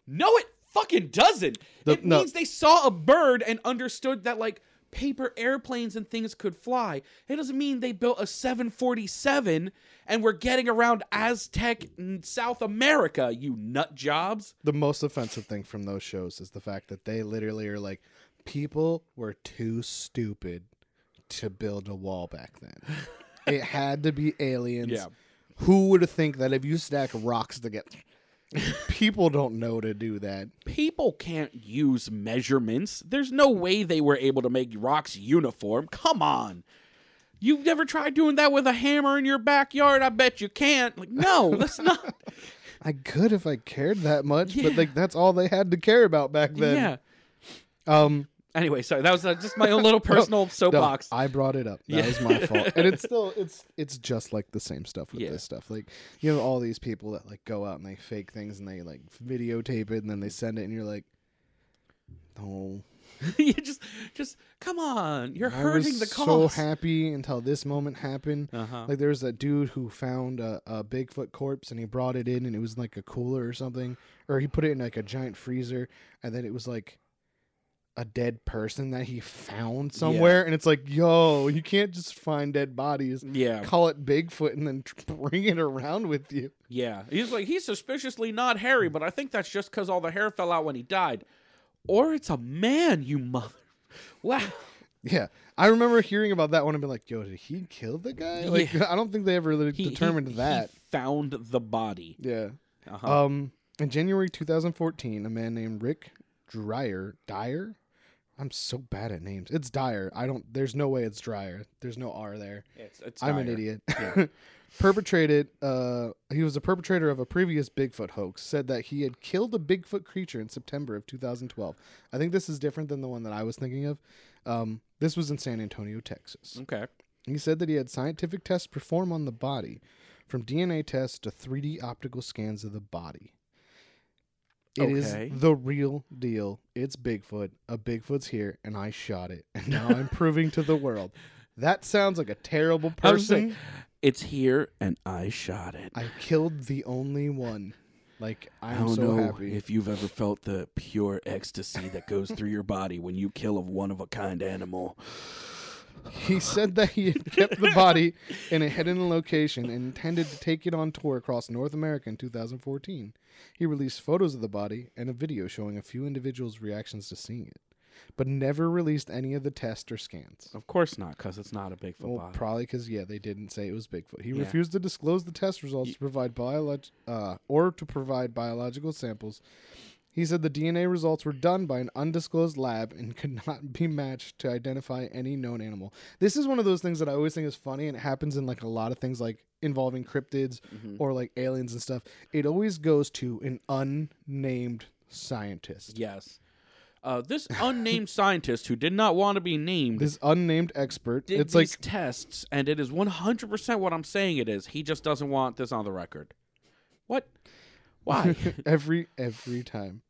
Speaker 1: No, it fucking doesn't.
Speaker 2: The-
Speaker 1: it
Speaker 2: no.
Speaker 1: means they saw a bird and understood that, like, paper airplanes and things could fly. It doesn't mean they built a 747 and we're getting around Aztec in South America, you nut jobs.
Speaker 2: the most offensive thing from those shows is the fact that they literally are like, people were too stupid to build a wall back then. it had to be aliens.
Speaker 1: Yeah.
Speaker 2: Who would think that if you stack rocks together, people don't know to do that?
Speaker 1: People can't use measurements. There's no way they were able to make rocks uniform. Come on. You've never tried doing that with a hammer in your backyard? I bet you can't. Like, no, that's not.
Speaker 2: I could if I cared that much, but
Speaker 1: Yeah.
Speaker 2: like that's all they had to care about back then.
Speaker 1: yeah.
Speaker 2: Um,
Speaker 1: Anyway, sorry. That was uh, just my own little personal
Speaker 2: No,
Speaker 1: soapbox.
Speaker 2: I brought it up. That
Speaker 1: Yeah.
Speaker 2: was my fault. And it's still it's it's just like the same stuff with
Speaker 1: Yeah.
Speaker 2: this stuff. Like you have all these people that like go out and they fake things and they like videotape it and then they send it and you're like, oh,
Speaker 1: you just, just come on. You're
Speaker 2: I
Speaker 1: hurting
Speaker 2: was
Speaker 1: the
Speaker 2: so
Speaker 1: cause.
Speaker 2: happy until this moment happened.
Speaker 1: Uh-huh.
Speaker 2: Like there was a dude who found a, a Bigfoot corpse and he brought it in and it was in, like a cooler or something, or he put it in like a giant freezer and then it was like a dead person that he found somewhere and it's like, yo, you can't just find dead bodies.
Speaker 1: yeah,
Speaker 2: call it Bigfoot and then tr- bring it around with you.
Speaker 1: yeah. He's like he's suspiciously not hairy, but I think that's just because all the hair fell out when he died, or it's a man. You mother. Wow.
Speaker 2: Yeah, I remember hearing about that one and being like, "Yo, did he kill the guy?" Like, I don't think they ever really
Speaker 1: He- he-
Speaker 2: determined
Speaker 1: he
Speaker 2: that.
Speaker 1: found the body.
Speaker 2: yeah.
Speaker 1: Uh-huh.
Speaker 2: Um, in January 2014, a man named Rick Dreyer Dyer. I'm so bad at names. It's Dyer. I don't. There's no way it's Dreyer. There's no R there.
Speaker 1: it's, it's
Speaker 2: I'm an
Speaker 1: dire.
Speaker 2: idiot. perpetrated. Uh, he was a perpetrator of a previous Bigfoot hoax. Said that he had killed a Bigfoot creature in September of 2012. I think this is different than the one that I was thinking of. Um, this was in San Antonio, Texas.
Speaker 1: Okay.
Speaker 2: He said that he had scientific tests performed on the body, from DNA tests to 3D optical scans of the body. It is
Speaker 1: Okay.
Speaker 2: the real deal. It's Bigfoot. A Bigfoot's here, and I shot it. And now I'm proving to the world. That sounds like a terrible
Speaker 1: I'm just saying,
Speaker 2: person.
Speaker 1: it's here, and I shot it.
Speaker 2: I killed the only one. Like
Speaker 1: I
Speaker 2: I'm
Speaker 1: don't
Speaker 2: so
Speaker 1: know
Speaker 2: happy.
Speaker 1: if you've ever felt the pure ecstasy that goes through your body when you kill a one of a kind animal.
Speaker 2: He said that he had kept the body in a hidden location and intended to take it on tour across North America in 2014. He released photos of the body and a video showing a few individuals' reactions to seeing it, but never released any of the tests or scans.
Speaker 1: Of course not, because it's not a Bigfoot
Speaker 2: Well,
Speaker 1: body.
Speaker 2: probably because yeah, they didn't say it was Bigfoot. He
Speaker 1: Yeah.
Speaker 2: refused to disclose the test results to provide biolog- uh, or to provide biological samples. He said the DNA results were done by an undisclosed lab and could not be matched to identify any known animal. This is one of those things that I always think is funny, and it happens in like a lot of things like involving cryptids
Speaker 1: Mm-hmm.
Speaker 2: or like aliens and stuff. It always goes to an unnamed scientist.
Speaker 1: yes. Uh, this unnamed scientist who did not want to be named
Speaker 2: This unnamed expert.
Speaker 1: did
Speaker 2: it's like
Speaker 1: these tests, and it is 100% what I'm saying it is. He just doesn't want this on the record. What? Why?
Speaker 2: every every time.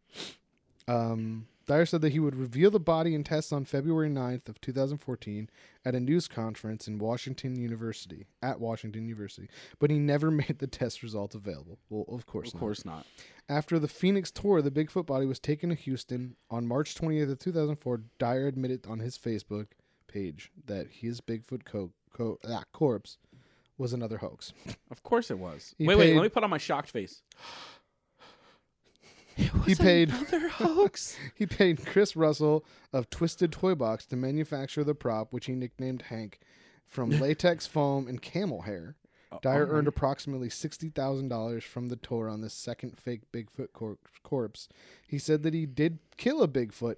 Speaker 2: Um, Dyer said that he would reveal the body and tests on February 9th of 2014 at a news conference in Washington University at Washington University, but he never made the test results available. Well, of course,
Speaker 1: of
Speaker 2: not.
Speaker 1: course not.
Speaker 2: After the Phoenix tour, the Bigfoot body was taken to Houston on March 28th of 2004. Dyer admitted on his Facebook page that his Bigfoot co- co- ah, corpse was another hoax.
Speaker 1: Of course it was.
Speaker 2: He
Speaker 1: wait, wait.
Speaker 2: paid-
Speaker 1: Let me put on my shocked face. It was
Speaker 2: He paid-
Speaker 1: another hoax.
Speaker 2: He paid Chris Russell of Twisted Toy Box to manufacture the prop, which he nicknamed Hank, from latex foam and camel hair. Dyer earned approximately $60,000 from the tour on this second fake Bigfoot cor- corpse. He said that he did kill a Bigfoot,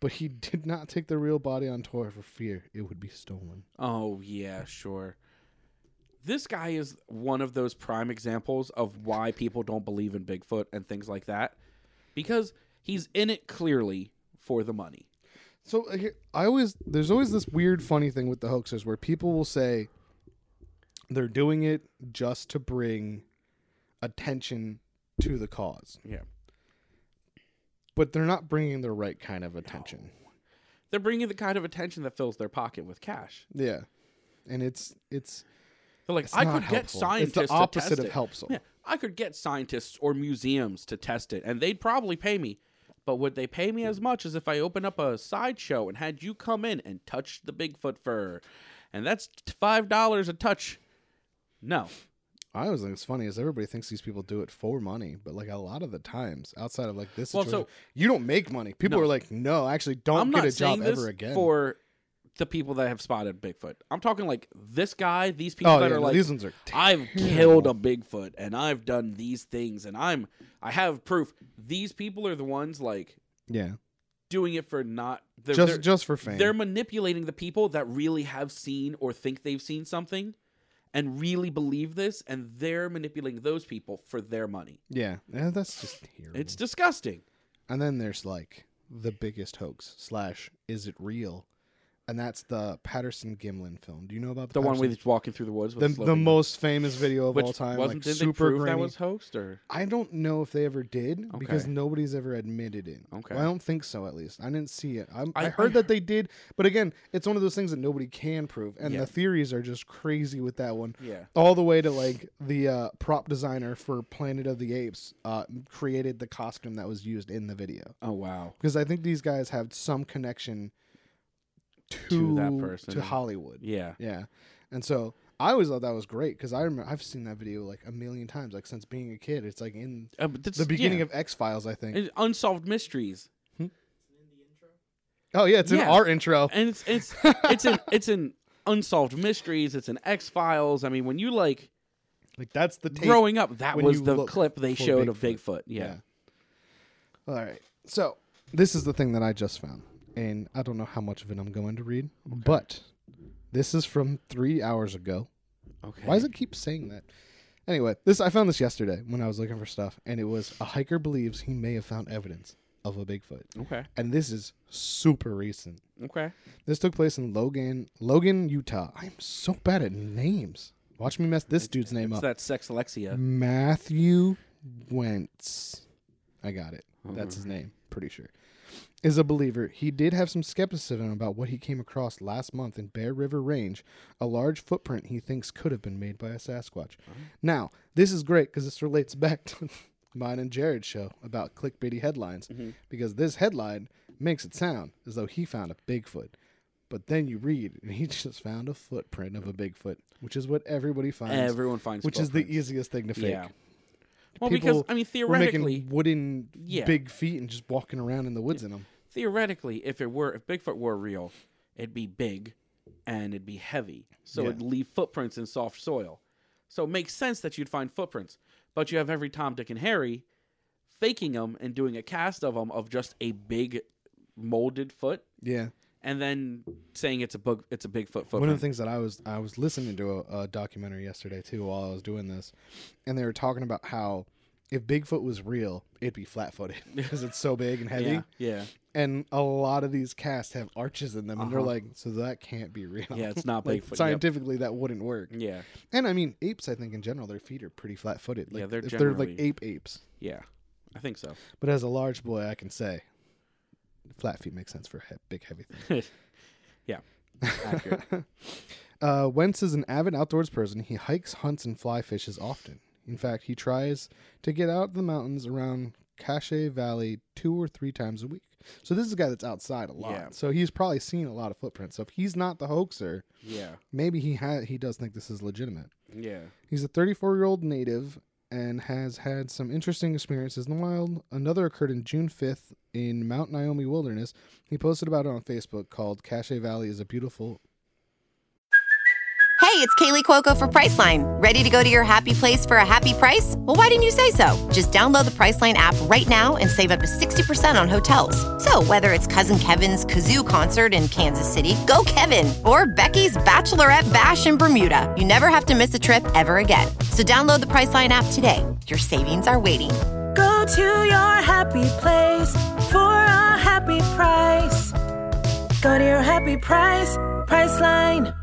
Speaker 2: but he did not take the real body on tour for fear it would be stolen.
Speaker 1: Oh yeah, sure. This guy is one of those prime examples of why people don't believe in Bigfoot and things like that, because he's in it clearly for the money.
Speaker 2: So uh, here- I always there's always this weird funny thing with the hoaxers where people will say they're doing it just to bring attention to the cause,
Speaker 1: Yeah,
Speaker 2: but they're not bringing the right kind of attention.
Speaker 1: they're bringing the kind of attention that fills their pocket with cash.
Speaker 2: Yeah, and it's it's
Speaker 1: They're like,
Speaker 2: it's
Speaker 1: I
Speaker 2: not
Speaker 1: could
Speaker 2: helpful.
Speaker 1: get scientists.
Speaker 2: It's
Speaker 1: to
Speaker 2: the opposite
Speaker 1: test
Speaker 2: of
Speaker 1: it."
Speaker 2: helpful.
Speaker 1: Yeah, I could get scientists or museums to test it, and they'd probably pay me. But would they pay me as much as if I opened up a sideshow and had you come in and touch the Bigfoot fur? And that's t- five dollars a touch. No,
Speaker 2: I always think it's funny is everybody thinks these people do it for money, but like a lot of the times outside of like this
Speaker 1: Well,
Speaker 2: situation,
Speaker 1: so-
Speaker 2: you don't make money. People
Speaker 1: No.
Speaker 2: are like, no, I actually don't
Speaker 1: I'm
Speaker 2: get
Speaker 1: not
Speaker 2: a
Speaker 1: saying
Speaker 2: job
Speaker 1: this
Speaker 2: ever again.
Speaker 1: for the people that have spotted Bigfoot. I'm talking like this guy, these people
Speaker 2: oh
Speaker 1: that
Speaker 2: yeah,
Speaker 1: are
Speaker 2: no,
Speaker 1: like,
Speaker 2: these ones are.
Speaker 1: I've killed a Bigfoot and I've done these things and I'm I have proof. These people are the ones like
Speaker 2: yeah,
Speaker 1: doing it for not they're,
Speaker 2: just
Speaker 1: they're,
Speaker 2: just for fame.
Speaker 1: they're manipulating the people that really have seen or think they've seen something and really believe this and they're manipulating those people for their money.
Speaker 2: Yeah, yeah that's just terrible.
Speaker 1: It's disgusting.
Speaker 2: and then there's like the biggest hoax slash is it real, and that's the Patterson Gimlin film. Do you know about
Speaker 1: The one
Speaker 2: Patterson-
Speaker 1: where he's walking through the woods with a
Speaker 2: the,
Speaker 1: slow
Speaker 2: the
Speaker 1: finger.
Speaker 2: most famous video of
Speaker 1: Which
Speaker 2: all time?
Speaker 1: Wasn't
Speaker 2: like
Speaker 1: did they
Speaker 2: super
Speaker 1: prove
Speaker 2: grainy.
Speaker 1: that was hoaxed or
Speaker 2: I don't know if they ever did because
Speaker 1: Okay.
Speaker 2: nobody's ever admitted it.
Speaker 1: Okay.
Speaker 2: Well, I don't think so. At least I didn't see it. I'm, I,
Speaker 1: I- I
Speaker 2: heard that they did, but again, it's one of those things that nobody can prove, and
Speaker 1: Yeah.
Speaker 2: the theories are just crazy with that one.
Speaker 1: Yeah.
Speaker 2: all the way to like the uh, prop designer for Planet of the Apes uh, created the costume that was used in the video
Speaker 1: Oh wow.
Speaker 2: because I think these guys have some connection to,
Speaker 1: To that person.
Speaker 2: to Hollywood.
Speaker 1: Yeah.
Speaker 2: Yeah, and so I always thought that was great because I remember I've seen that video like a million times, like since being a kid. It's like in
Speaker 1: Uh, but that's,
Speaker 2: the beginning
Speaker 1: yeah.
Speaker 2: of X Files, I think.
Speaker 1: It's unsolved mysteries.
Speaker 2: oh yeah, it's in
Speaker 1: Yeah.
Speaker 2: our intro.
Speaker 1: And it's it's it's an it's an unsolved mysteries, it's an X Files. I mean, when you like
Speaker 2: Like that's the tape.
Speaker 1: growing up, that
Speaker 2: when
Speaker 1: was
Speaker 2: you
Speaker 1: the
Speaker 2: look
Speaker 1: clip they
Speaker 2: for
Speaker 1: showed of
Speaker 2: Bigfoot.
Speaker 1: Bigfoot. Yeah.
Speaker 2: All right. So this is the thing that I just found, and I don't know how much of it I'm going to read, but this is from three hours ago.
Speaker 1: Okay.
Speaker 2: Why does it keep saying that? Anyway, this I found this yesterday when I was looking for stuff, and it was a hiker believes he may have found evidence of a Bigfoot,
Speaker 1: Okay.
Speaker 2: and this is super recent.
Speaker 1: Okay.
Speaker 2: This took place in Logan, Logan, Utah. I'm so bad at names. Watch me mess this dude's name
Speaker 1: It's
Speaker 2: up.
Speaker 1: that sex Alexia.
Speaker 2: Matthew Wentz. I got it. That's his name, pretty sure. Is a believer. He did have some skepticism about what he came across last month in Bear River Range, a large footprint he thinks could have been made by a Sasquatch. Now, this is great because this relates back to mine and Jared's show about clickbaity headlines, because this headline makes it sound as though he found a Bigfoot. But then you read, and he just found a footprint of a Bigfoot, which is what everybody finds
Speaker 1: Everyone finds
Speaker 2: which is the
Speaker 1: footprints.
Speaker 2: easiest thing to fake.
Speaker 1: Yeah. Well,
Speaker 2: People
Speaker 1: because I mean
Speaker 2: were
Speaker 1: theoretically
Speaker 2: making wooden
Speaker 1: Yeah.
Speaker 2: big feet and just walking around in the woods in 'em.
Speaker 1: theoretically if it were if Bigfoot were real, it'd be big and it'd be heavy. So
Speaker 2: Yeah.
Speaker 1: it'd leave footprints in soft soil. So it makes sense that you'd find footprints. But you have every Tom, Dick, and Harry faking them and doing a cast of them of just a big molded foot
Speaker 2: Yeah.
Speaker 1: and then saying it's a bug it's a Bigfoot
Speaker 2: One of
Speaker 1: footprint.
Speaker 2: the things that I was I was listening to a, a documentary yesterday too while I was doing this, and they were talking about how if Bigfoot was real, it'd be flat footed because it's so big and heavy.
Speaker 1: yeah. Yeah.
Speaker 2: and a lot of these casts have arches in them, and they're like, so that can't be real.
Speaker 1: Uh-huh. Yeah, it's not
Speaker 2: like
Speaker 1: Bigfoot, yep.
Speaker 2: scientifically that wouldn't work.
Speaker 1: Yeah.
Speaker 2: And I mean, apes. I think in general, their feet are pretty flat-footed. Like,
Speaker 1: Yeah, they're
Speaker 2: if they're like
Speaker 1: generally-
Speaker 2: ape apes.
Speaker 1: Yeah. I think so.
Speaker 2: But as a large boy, I can say, flat feet make sense for he- big heavy things.
Speaker 1: yeah. Accurate.
Speaker 2: Uh, Wentz is an avid outdoors person. He hikes, hunts, and fly fishes often. In fact, he tries to get out of the mountains around Cache Valley two or three times a week. So this is a guy that's outside a lot.
Speaker 1: Yeah.
Speaker 2: So he's probably seen a lot of footprints. So if he's not the hoaxer,
Speaker 1: yeah.
Speaker 2: maybe he ha- he does think this is legitimate.
Speaker 1: Yeah.
Speaker 2: He's a 34 year old native and has had some interesting experiences in the wild. Another occurred in June 5th in Mount Naomi Wilderness. He posted about it on Facebook called Cache Valley is a beautiful.
Speaker 3: Hey, it's Kaylee Cuoco for Priceline. Ready to go to your happy place for a happy price? Well, why didn't you say so? Just download the Priceline app right now and save up to 60% on hotels. So, whether it's Cousin Kevin's Kazoo concert in Kansas City, go Kevin, or Becky's Bachelorette Bash in Bermuda, you never have to miss a trip ever again. So, download the Priceline app today. Your savings are waiting.
Speaker 4: Go to your happy place for a happy price. Go to your happy price, Priceline.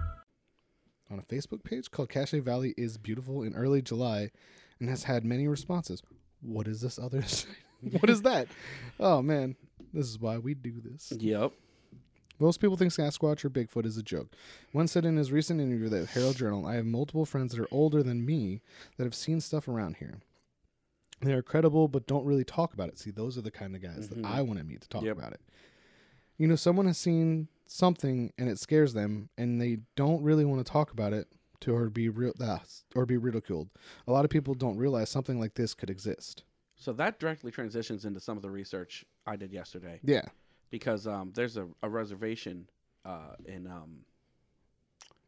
Speaker 2: on a Facebook page called Cache Valley is Beautiful in early July and has had many responses. What is this other? site? what is that? Oh man, this is why we do this.
Speaker 1: Yep.
Speaker 2: Most people think Sasquatch or Bigfoot is a joke. One said in his recent interview with the Herald Journal, I have multiple friends that are older than me that have seen stuff around here. They are credible, but don't really talk about it. See, those are the kind of guys that I want to meet to talk
Speaker 1: Yep.
Speaker 2: about it. You know, someone has seen something and it scares them, and they don't really want to talk about it to or be real ah, or be ridiculed. A lot of people don't realize something like this could exist.
Speaker 1: So that directly transitions into some of the research I did yesterday
Speaker 2: Yeah,
Speaker 1: because um, there's a, a reservation uh, in um,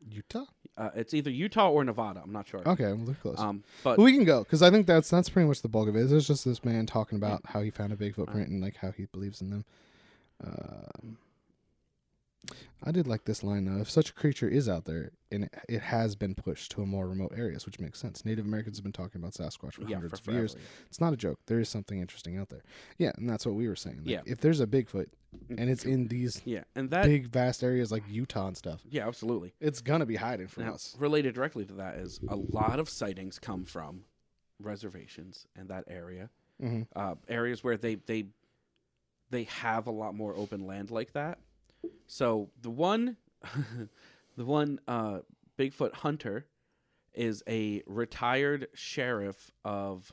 Speaker 2: Utah.
Speaker 1: uh, it's either Utah or Nevada. I'm not sure.
Speaker 2: Okay, well, they're close.
Speaker 1: Um, but
Speaker 2: But we can go because I think that's that's pretty much the bulk of it. It's just this man
Speaker 1: Mm.
Speaker 2: talking about how he found a
Speaker 1: Uh-huh.
Speaker 2: Bigfoot print and like how he believes in them. Um I did like this line though. If such a creature is out there, and it, it has been pushed to a more remote areas, which makes sense. Native Americans have been talking about Sasquatch for
Speaker 1: Yeah,
Speaker 2: hundreds
Speaker 1: for
Speaker 2: of years.
Speaker 1: forever, yeah.
Speaker 2: It's not a joke. There is something interesting out there. Yeah, and that's what we were saying. Like,
Speaker 1: Yeah.
Speaker 2: if there's a Bigfoot and it's in these
Speaker 1: yeah, and that
Speaker 2: big vast areas like Utah and stuff,
Speaker 1: yeah, absolutely.
Speaker 2: it's gonna be hiding from
Speaker 1: Now,
Speaker 2: us.
Speaker 1: related directly to that is a lot of sightings come from reservations and that area,
Speaker 2: Mhm.
Speaker 1: uh, areas where they they they have a lot more open land like that. So the one, the one uh, Bigfoot hunter is a retired sheriff of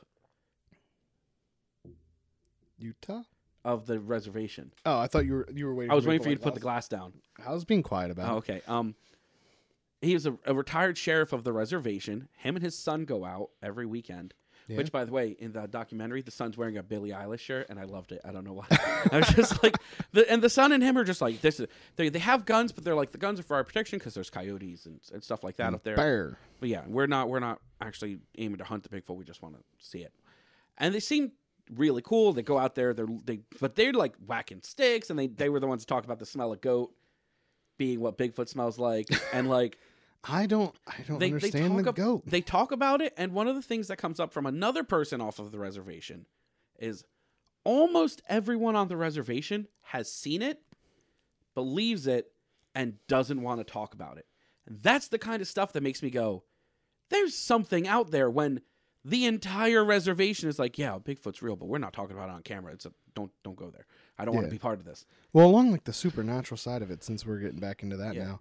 Speaker 2: Utah.
Speaker 1: of the reservation.
Speaker 2: Oh, I thought you were you were waiting.
Speaker 1: I was
Speaker 2: me
Speaker 1: waiting
Speaker 2: to
Speaker 1: for you to
Speaker 2: pull
Speaker 1: put the
Speaker 2: my
Speaker 1: glass down.
Speaker 2: I was being quiet about
Speaker 1: Oh,
Speaker 2: it.
Speaker 1: okay. Um, he was a, a retired sheriff of the reservation. Him and his son go out every weekend. Which, by the way, in the documentary, the son's wearing a Billie Eilish shirt, and I loved it. I don't know why. I was just like, the, and the son and him are just like this. Is, they they have guns, but they're like the guns are for our protection because there's coyotes and, and stuff like that
Speaker 2: Mm,
Speaker 1: up there.
Speaker 2: Bear.
Speaker 1: But yeah, we're not we're not actually aiming to hunt the Bigfoot. We just want to see it. And they seem really cool. They go out there. They're they but they're like whacking sticks, and they they were the ones to talk about the smell of goat being what Bigfoot smells like, and like
Speaker 2: I don't. I don't
Speaker 1: they they
Speaker 2: understand
Speaker 1: talk
Speaker 2: the
Speaker 1: ab-
Speaker 2: goat.
Speaker 1: they talk about it. And one of the things that comes up from another person off of the reservation is almost everyone on the reservation has seen it, believes it, and doesn't want to talk about it. And that's the kind of stuff that makes me go, there's something out there when the entire reservation is like, yeah, Bigfoot's real, but we're not talking about it on camera. It's a don't don't go there. I don't want
Speaker 2: Yeah.
Speaker 1: to be part of this.
Speaker 2: well, along like the supernatural side of it, since we're getting back into that
Speaker 1: Yeah.
Speaker 2: now,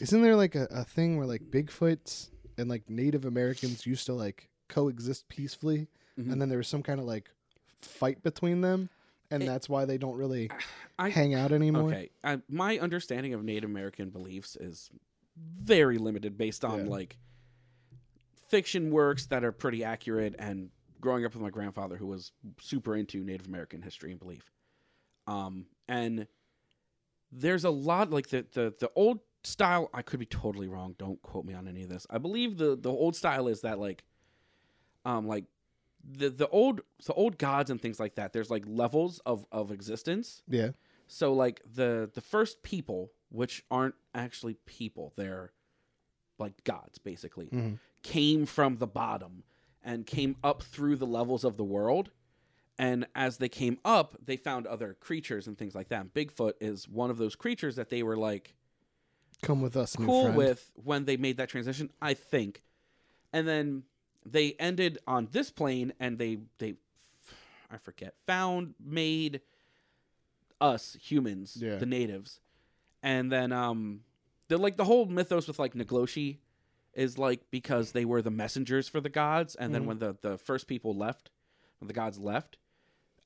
Speaker 2: isn't there like a, a thing where like Bigfoots and like Native Americans used to like coexist peacefully,
Speaker 1: Mm-hmm.
Speaker 2: and then there was some kind of like fight between them, and that's why they don't really
Speaker 1: I-
Speaker 2: hang out anymore.
Speaker 1: Okay, I, my understanding of Native American beliefs is very limited, based on
Speaker 2: Yeah.
Speaker 1: like fiction works that are pretty accurate, and growing up with my grandfather, who was super into Native American history and belief. Um, and there's a lot like the the the old style. I could be totally wrong. Don't quote me on any of this. I believe the the old style is that like, um, like. The, the old the old gods and things like that. There's like levels of of existence,
Speaker 2: Yeah.
Speaker 1: so like the the first people which aren't actually people they're like gods basically came from the bottom and came up through the levels of the world And as they came up, they found other creatures and things like that. And Bigfoot is one of those creatures that they were like
Speaker 2: Come with us, new
Speaker 1: cool
Speaker 2: friend.
Speaker 1: with when they made that transition, I think. And then they ended on this plane and they they I forget, found, made us humans,
Speaker 2: Yeah.
Speaker 1: the natives. And then um the like the whole mythos with like Nagloshi is like because they were the messengers for the gods and
Speaker 2: Mm-hmm.
Speaker 1: then when the the first people left, when the gods left,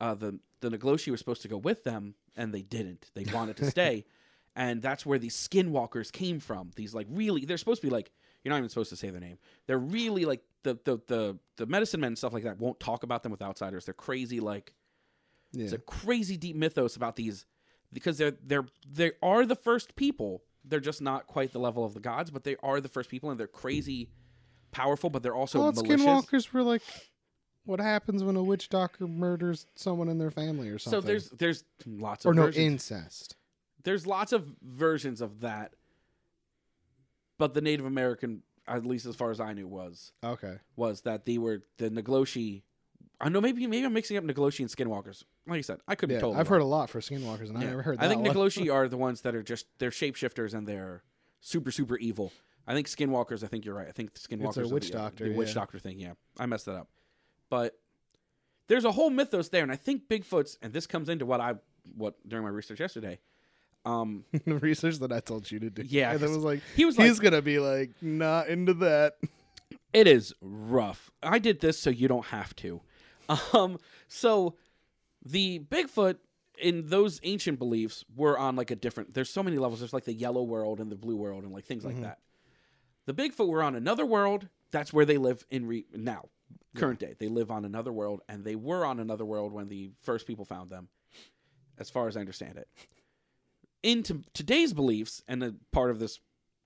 Speaker 1: uh the the Nagloshi were supposed to go with them and they didn't. They wanted to stay. and that's where these skinwalkers came from. These like really they're supposed to be like you're not even supposed to say their name. They're really like the the the, the medicine men and stuff like that won't talk about them with outsiders. They're crazy like
Speaker 2: Yeah. Oh,
Speaker 1: it's a crazy deep mythos about these because they're they're they are the first people. They're just not quite the level of the gods, but they are the first people and they're crazy powerful, but they're also
Speaker 2: well,
Speaker 1: malicious.
Speaker 2: Oh, skinwalkers were like what happens when a witch doctor murders someone in their family or
Speaker 1: so
Speaker 2: something.
Speaker 1: there's there's lots of
Speaker 2: or no
Speaker 1: versions.
Speaker 2: incest.
Speaker 1: there's lots of versions of that. But the Native American, at least as far as I knew, was
Speaker 2: Okay.
Speaker 1: was that they were the Nagloshi. I know maybe maybe I'm mixing up Nagloshi and Skinwalkers. Like I said, I could be
Speaker 2: Yeah,
Speaker 1: totally.
Speaker 2: I've heard
Speaker 1: wrong.
Speaker 2: a lot for skinwalkers, and I
Speaker 1: Yeah.
Speaker 2: never heard. That
Speaker 1: I think
Speaker 2: one.
Speaker 1: Nagloshi are the ones that are just they're shapeshifters and they're super super evil. I think Skinwalkers. I think you're right. I think Skinwalkers. are
Speaker 2: witch
Speaker 1: the,
Speaker 2: doctor,
Speaker 1: The witch
Speaker 2: yeah.
Speaker 1: doctor thing. Yeah, I messed that up. But there's a whole mythos there, and I think Bigfoot's. And this comes into what I what during my research yesterday. Um,
Speaker 2: the research that I told you to do.
Speaker 1: Yeah,
Speaker 2: and it
Speaker 1: 'cause
Speaker 2: was like
Speaker 1: he was
Speaker 2: he's
Speaker 1: like-
Speaker 2: gonna be like not into that.
Speaker 1: it is rough. I did this so you don't have to. Um, so the Bigfoot in those ancient beliefs were on like a different. There's so many levels. There's like the yellow world and the blue world and like things like that. The Bigfoot were on another world. That's where they live in re- now, current day. They live on another world, and they were on another world when the first people found them, as far as I understand it. Into today's beliefs, and a part of this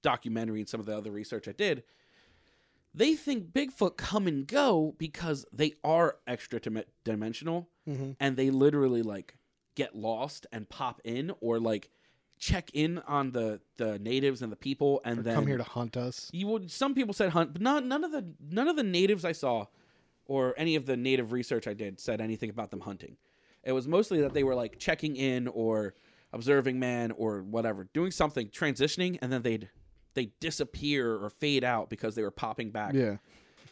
Speaker 1: documentary and some of the other research I did, they think Bigfoot come and go because they are extra dim- dimensional
Speaker 2: Mm-hmm.
Speaker 1: and they literally like get lost and pop in or like check in on the the natives and the people and then
Speaker 2: Come here to hunt us.
Speaker 1: you would some people said hunt, but not none of the none of the natives I saw or any of the native research I did said anything about them hunting. It was mostly that they were like checking in or observing man or whatever, doing something, transitioning, and then they'd they would disappear or fade out because they were popping back
Speaker 2: Yeah,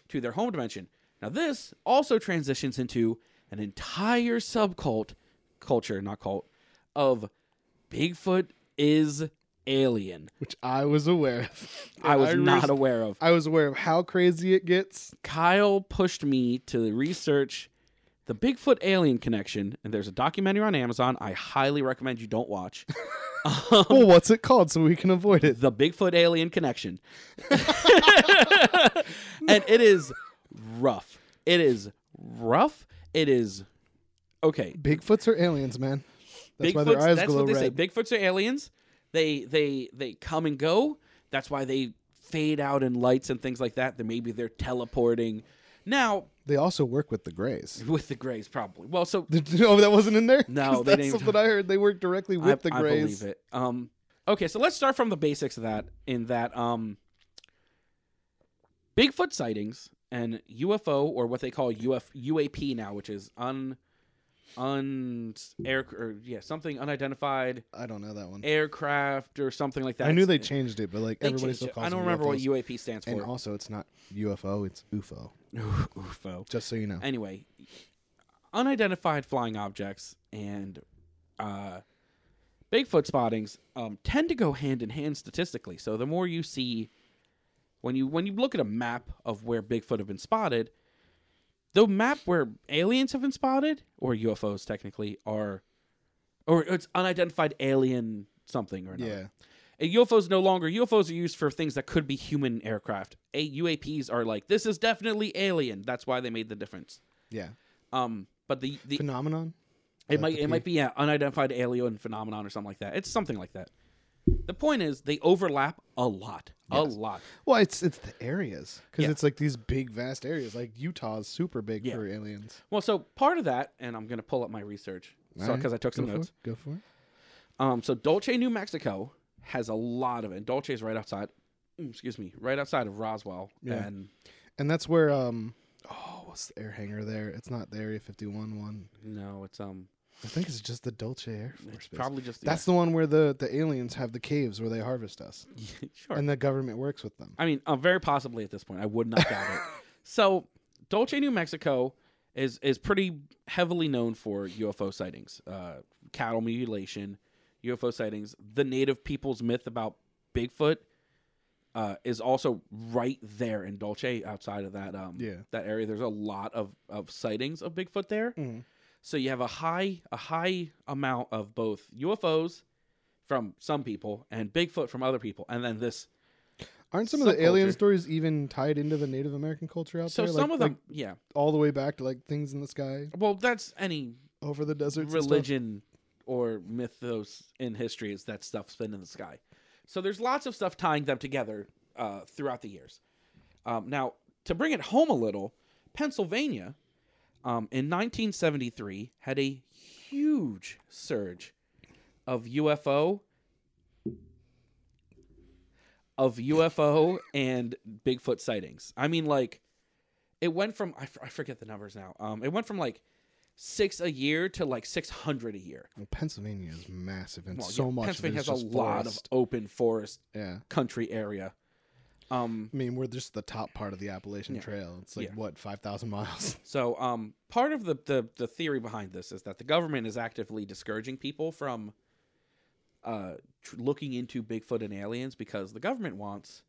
Speaker 1: to their home dimension. Now this also transitions into an entire subcult culture, not cult, of Bigfoot is alien.
Speaker 2: which I was aware of.
Speaker 1: I was not
Speaker 2: res-
Speaker 1: aware of.
Speaker 2: I was aware of how crazy it gets.
Speaker 1: Kyle pushed me to research the Bigfoot alien connection, and there's a documentary on Amazon. I highly recommend you don't watch
Speaker 2: well, what's it called so we can avoid it?
Speaker 1: the Bigfoot alien connection, and it is rough. It is rough. It is okay.
Speaker 2: Bigfoots are aliens, man. That's why their
Speaker 1: Bigfoots-
Speaker 2: eyes
Speaker 1: that's
Speaker 2: glow
Speaker 1: what they
Speaker 2: red.
Speaker 1: say. Bigfoots are aliens. They they they come and go. That's why they fade out in lights and things like that. Then maybe they're teleporting. Now
Speaker 2: They also work with the Greys.
Speaker 1: with the Greys, probably. Well, so
Speaker 2: oh, that wasn't in there.
Speaker 1: No,
Speaker 2: 'Cause
Speaker 1: they
Speaker 2: that's
Speaker 1: didn't even
Speaker 2: something I heard. They work directly with the Greys.
Speaker 1: believe it. Um, okay, so let's start from the basics of that. In that, um, Bigfoot sightings and UFO, or what they call UF, UAP now, which is un un air or yeah something unidentified
Speaker 2: I don't know that one.
Speaker 1: aircraft or something like that.
Speaker 2: I knew they
Speaker 1: It's-
Speaker 2: changed it, but like
Speaker 1: they
Speaker 2: everybody
Speaker 1: changed
Speaker 2: still
Speaker 1: it.
Speaker 2: calls.
Speaker 1: I don't
Speaker 2: them
Speaker 1: remember what
Speaker 2: UFOs.
Speaker 1: UAP stands
Speaker 2: And
Speaker 1: for.
Speaker 2: also, it's not UFO; it's UFO.
Speaker 1: UFO.
Speaker 2: Just so you know.
Speaker 1: anyway, unidentified flying objects and uh, Bigfoot spottings um, tend to go hand in hand statistically. So the more you see, when you when you look at a map of where Bigfoot have been spotted, the map where aliens have been spotted or UFOs technically are, or it's unidentified alien something or another.
Speaker 2: yeah,
Speaker 1: A UFOs no longer UFOs are used for things that could be human aircraft. A UAPs are like this is definitely alien. That's why they made the difference.
Speaker 2: yeah.
Speaker 1: Um, but the the
Speaker 2: Phenomenon.
Speaker 1: it might it might be yeah, unidentified alien phenomenon or something like that. It's something like that. The point is they overlap a lot, a lot.
Speaker 2: Well, it's it's the areas because
Speaker 1: Yeah.
Speaker 2: it's like these big, vast areas. Like Utah's super big
Speaker 1: Yeah.
Speaker 2: for aliens.
Speaker 1: Well, so part of that, and I'm gonna pull up my research because
Speaker 2: Alright,
Speaker 1: I took some
Speaker 2: go
Speaker 1: notes.
Speaker 2: For it. Go for it.
Speaker 1: Um, so Dolce, New Mexico has a lot of it. Dolce is right outside, mm, excuse me, right outside of Roswell,
Speaker 2: Yeah.
Speaker 1: and
Speaker 2: And that's where um, oh, what's the air hangar there? It's not the Area 51 one.
Speaker 1: No, it's um,
Speaker 2: I think it's just the Dolce Air Force
Speaker 1: it's
Speaker 2: Base.
Speaker 1: probably just
Speaker 2: That's the one where the, the aliens have the caves where they harvest us,
Speaker 1: the sure.
Speaker 2: and the government works with them.
Speaker 1: I mean, uh, very possibly at this point. I would not doubt it. So, Dolce, New Mexico is is pretty heavily known for UFO sightings, uh, cattle mutilation, UFO sightings. The native people's myth about Bigfoot uh, is also right there in Dolce. Outside of that, um,
Speaker 2: Yeah.
Speaker 1: that area, there's a lot of of sightings of Bigfoot there.
Speaker 2: Mhm.
Speaker 1: So you have a high a high amount of both UFOs from some people and Bigfoot from other people, and then this
Speaker 2: Aren't some of the alien
Speaker 1: subculture.
Speaker 2: stories even tied into the Native American culture out
Speaker 1: So
Speaker 2: there?
Speaker 1: some
Speaker 2: like,
Speaker 1: of them,
Speaker 2: like,
Speaker 1: yeah.
Speaker 2: all the way back to like things in the sky
Speaker 1: Well, that's any
Speaker 2: over the deserts. and stuff.
Speaker 1: religion or mythos in history is that stuff's been in the sky. So there's lots of stuff tying them together uh, throughout the years. Um, now, to bring it home a little, Pennsylvania um, in 1973 had a huge surge of UFO of UFO and Bigfoot sightings. I mean, like it went from I, f- I forget the numbers now. Um, it went from like six a year to like 600 a year.
Speaker 2: Well, Pennsylvania is massive, and
Speaker 1: Well,
Speaker 2: so
Speaker 1: yeah,
Speaker 2: much.
Speaker 1: Pennsylvania
Speaker 2: of
Speaker 1: has
Speaker 2: it
Speaker 1: a
Speaker 2: is just
Speaker 1: lot of
Speaker 2: forest.
Speaker 1: open forest
Speaker 2: Yeah,
Speaker 1: country area. Um,
Speaker 2: I mean we're just the top part of the Appalachian Trail. It's like
Speaker 1: Yeah.
Speaker 2: what five thousand miles.
Speaker 1: so um, part of the, the the theory behind this is that the government is actively discouraging people from uh, tr- looking into Bigfoot and aliens because the government wants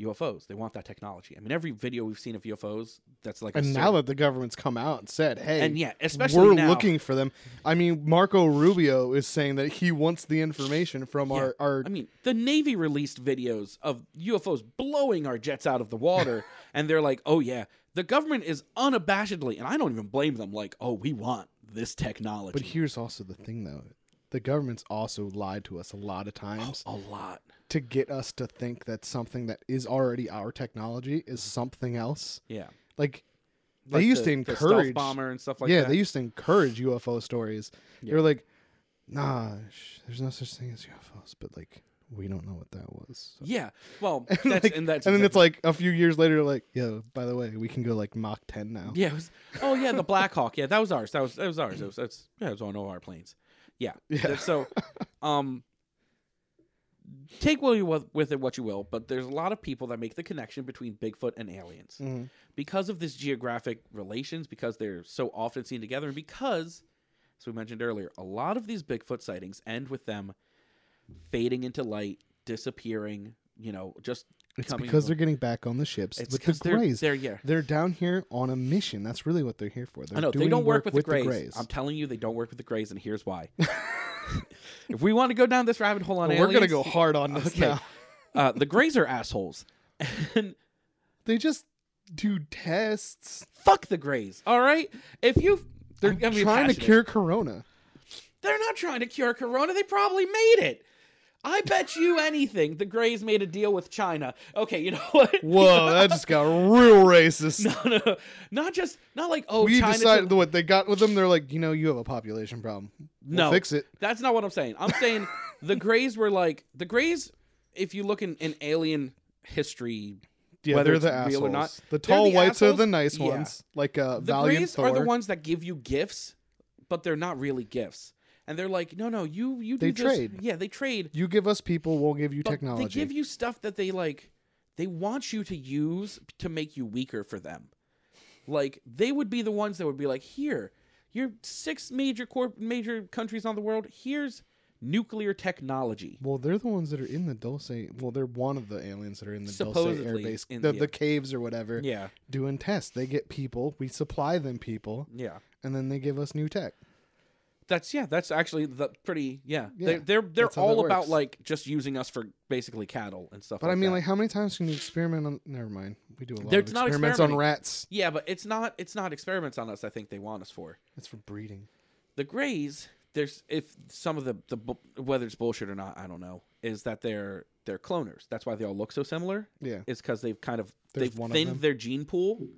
Speaker 1: UFOs. They want that technology. I mean, every video we've seen of UFOs that's like a
Speaker 2: And now
Speaker 1: certain-
Speaker 2: that the government's come out and said, "Hey,
Speaker 1: And yeah, especially
Speaker 2: we're
Speaker 1: now-
Speaker 2: looking for them," I mean, Marco Rubio is saying that he wants the information from
Speaker 1: Yeah.
Speaker 2: our our.
Speaker 1: I mean, the Navy released videos of UFOs blowing our jets out of the water, and they're like, "Oh yeah, the government is unabashedly," and I don't even blame them. Like, "Oh, we want this technology."
Speaker 2: but here's also the thing, though: the government's also lied to us a lot of times
Speaker 1: a lot.
Speaker 2: to get us to think that something that is already our technology is something else.
Speaker 1: Yeah,
Speaker 2: Like,
Speaker 1: Like
Speaker 2: they used
Speaker 1: the-
Speaker 2: to
Speaker 1: the
Speaker 2: encourage
Speaker 1: stealth bomber and stuff like
Speaker 2: yeah,
Speaker 1: that.
Speaker 2: they used to encourage UFO stories. They were like, "Nah, sh- there's no such thing as UFOs," but like, we don't know what that was. so."
Speaker 1: yeah. Well, that's
Speaker 2: Like,
Speaker 1: and that's
Speaker 2: then it's
Speaker 1: exactly-
Speaker 2: like a few years later, like, yo, by the way, we can go like Mach 10 now.
Speaker 1: yeah. It was, oh yeah, the Black Hawk. Yeah, that was ours. That was that was ours. It was that's yeah, it was on all our planes. Yeah.
Speaker 2: Yeah.
Speaker 1: So, um, take what you with, with it what you will, but there's a lot of people that make the connection between Bigfoot and aliens.
Speaker 2: Mhm.
Speaker 1: because of this geographic relations, because they're so often seen together, and because, as we mentioned earlier, a lot of these Bigfoot sightings end with them fading into light, disappearing. You know, just
Speaker 2: It's
Speaker 1: coming
Speaker 2: because
Speaker 1: and
Speaker 2: they're getting back on the ships
Speaker 1: It's
Speaker 2: with the
Speaker 1: 'cause they're-
Speaker 2: Greys.
Speaker 1: they're- yeah.
Speaker 2: down here on a mission. That's really what they're here for. They're
Speaker 1: I know
Speaker 2: doing
Speaker 1: they don't work, with, the,
Speaker 2: the
Speaker 1: grays. I'm telling you, they don't work with the grays, and here's why. if we want to go down this rabbit hole on
Speaker 2: But
Speaker 1: aliens,
Speaker 2: we're going to go hard on this
Speaker 1: Okay.
Speaker 2: now.
Speaker 1: uh, the grays are assholes, and
Speaker 2: They just do tests.
Speaker 1: fuck the grays. All right, if you they're
Speaker 2: I'm trying to cure corona.
Speaker 1: They're not trying to cure corona. They probably made it. I bet you anything the Greys made a deal with China. Okay, you know what?
Speaker 2: Whoa, that just got real racist.
Speaker 1: No, no, not just not like oh
Speaker 2: we
Speaker 1: China
Speaker 2: decided what they got with them. They're like, you know, you have a population problem. We'll
Speaker 1: no
Speaker 2: fix it.
Speaker 1: That's not what I'm saying. I'm saying the Greys were like the Greys. If you look in, in alien history,
Speaker 2: Yeah,
Speaker 1: whether
Speaker 2: they're the
Speaker 1: it's
Speaker 2: assholes.
Speaker 1: real or not,
Speaker 2: The
Speaker 1: they're
Speaker 2: tall whites are
Speaker 1: assholes.
Speaker 2: the nice
Speaker 1: Yeah.
Speaker 2: ones, like uh,
Speaker 1: The
Speaker 2: Valiant
Speaker 1: Greys
Speaker 2: Thor.
Speaker 1: are the ones that give you gifts, but they're not really gifts. And they're like, no, no, you you
Speaker 2: They
Speaker 1: do this."
Speaker 2: trade.
Speaker 1: Yeah, they trade.
Speaker 2: You give us people, we'll give you
Speaker 1: But
Speaker 2: technology.
Speaker 1: They give you stuff that they like. They want you to use to make you weaker for them. Like they would be the ones that would be like, here, you're six major corp, major countries on the world. Here's nuclear technology.
Speaker 2: well, they're the ones that are in the Dulce. Well, they're one of the aliens that are in the Dulce air
Speaker 1: Supposedly
Speaker 2: base,
Speaker 1: in-
Speaker 2: the,
Speaker 1: yeah.
Speaker 2: the caves or whatever.
Speaker 1: Yeah,
Speaker 2: Doing tests. They get people. We supply them people,
Speaker 1: yeah.
Speaker 2: and then they give us new tech.
Speaker 1: That's yeah. That's actually the pretty yeah.
Speaker 2: Yeah,
Speaker 1: They're they're, they're
Speaker 2: that's how that
Speaker 1: all about
Speaker 2: works.
Speaker 1: like just using us for basically cattle and stuff.
Speaker 2: But I mean,
Speaker 1: that.
Speaker 2: like, how many times can you experiment on? Never mind. We do a lot
Speaker 1: They're-
Speaker 2: of
Speaker 1: it's not
Speaker 2: experiments on
Speaker 1: experimenting.
Speaker 2: rats.
Speaker 1: yeah, but it's not it's not experiments on us. I think they want us for.
Speaker 2: It's for breeding.
Speaker 1: the Greys, there's if some of the the bu- whether it's bullshit or not, I don't know, is that they're they're cloners. That's why they all look so similar.
Speaker 2: Yeah.
Speaker 1: is because they've kind of
Speaker 2: There's
Speaker 1: they've
Speaker 2: one of
Speaker 1: thinned
Speaker 2: them.
Speaker 1: their gene pool.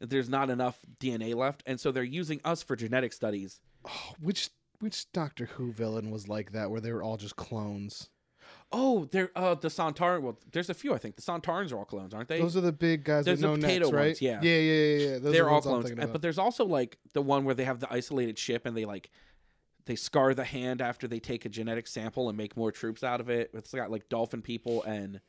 Speaker 1: There's not enough DNA left, and so they're using us for genetic studies.
Speaker 2: Oh, Which which Doctor Who villain was like that, where they were all just clones?
Speaker 1: Oh, they're uh, the Santarans. Well, there's a few, I think. The Santarans are all clones, aren't they?
Speaker 2: Those are the big guys
Speaker 1: There's
Speaker 2: with no
Speaker 1: the potato
Speaker 2: necks, right?
Speaker 1: ones, yeah.
Speaker 2: yeah, yeah, yeah. yeah. Those are
Speaker 1: they're
Speaker 2: the
Speaker 1: all
Speaker 2: ones I'm
Speaker 1: clones.
Speaker 2: thinking
Speaker 1: Uh,
Speaker 2: about.
Speaker 1: But there's also like the one where they have the isolated ship and they like they scar the hand after they take a genetic sample and make more troops out of it. It's got like dolphin people and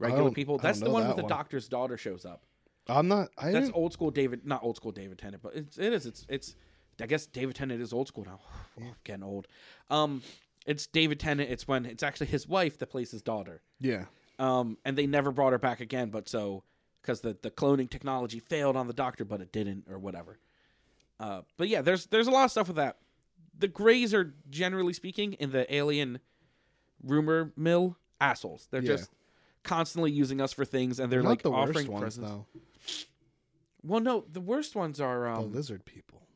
Speaker 1: regular
Speaker 2: don't- Oh, I
Speaker 1: people.
Speaker 2: don't
Speaker 1: That's the
Speaker 2: know
Speaker 1: one
Speaker 2: that
Speaker 1: where the
Speaker 2: one.
Speaker 1: doctor's daughter shows up.
Speaker 2: I'm not. I
Speaker 1: That's
Speaker 2: didn't.
Speaker 1: old school David, not old school David Tennant, but it's, it is. It's it's. I guess David Tennant is old school now. I'm getting old. Um, it's David Tennant. It's when it's actually his wife that plays his daughter.
Speaker 2: Yeah.
Speaker 1: Um, and they never brought her back again. But so because the the cloning technology failed on the Doctor, but it didn't or whatever. Uh, but yeah, there's there's a lot of stuff with that. The Greys are generally speaking in the alien rumor mill assholes. They're
Speaker 2: Yeah.
Speaker 1: just constantly using us for things, and they're
Speaker 2: not
Speaker 1: like
Speaker 2: the
Speaker 1: offering
Speaker 2: worst ones
Speaker 1: presents.
Speaker 2: though.
Speaker 1: Well, no, the worst ones are
Speaker 2: The
Speaker 1: um,
Speaker 2: lizard people.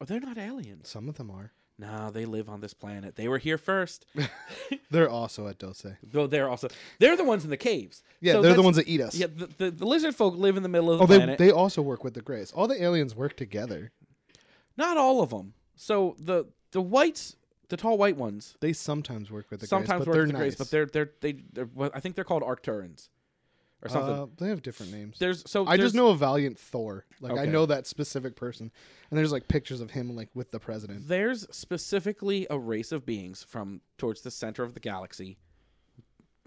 Speaker 1: Oh, they're not aliens.
Speaker 2: Some of them are.
Speaker 1: No, they live on this planet. They were here first.
Speaker 2: They're also at Dulce.
Speaker 1: Though they're also they're the ones in the caves.
Speaker 2: Yeah,
Speaker 1: So
Speaker 2: they're the
Speaker 1: that's-
Speaker 2: ones that eat us.
Speaker 1: Yeah, the, the, the lizard folk live in the middle of the
Speaker 2: Oh, they,
Speaker 1: planet.
Speaker 2: they also work with the Greys. All the aliens work together.
Speaker 1: Not all of them. So the the whites, the tall white ones,
Speaker 2: They sometimes work with the
Speaker 1: sometimes
Speaker 2: Greys, but
Speaker 1: work
Speaker 2: they're
Speaker 1: with the
Speaker 2: nice.
Speaker 1: Greys, but they're they're they they're, well, I think they're called Arcturans or something.
Speaker 2: Uh, they have different names.
Speaker 1: there's so
Speaker 2: I just
Speaker 1: Oh, there's-
Speaker 2: know a valiant Thor. Like I
Speaker 1: Okay.
Speaker 2: know that specific person, and there's like pictures of him like with the president.
Speaker 1: There's specifically a race of beings from towards the center of the galaxy.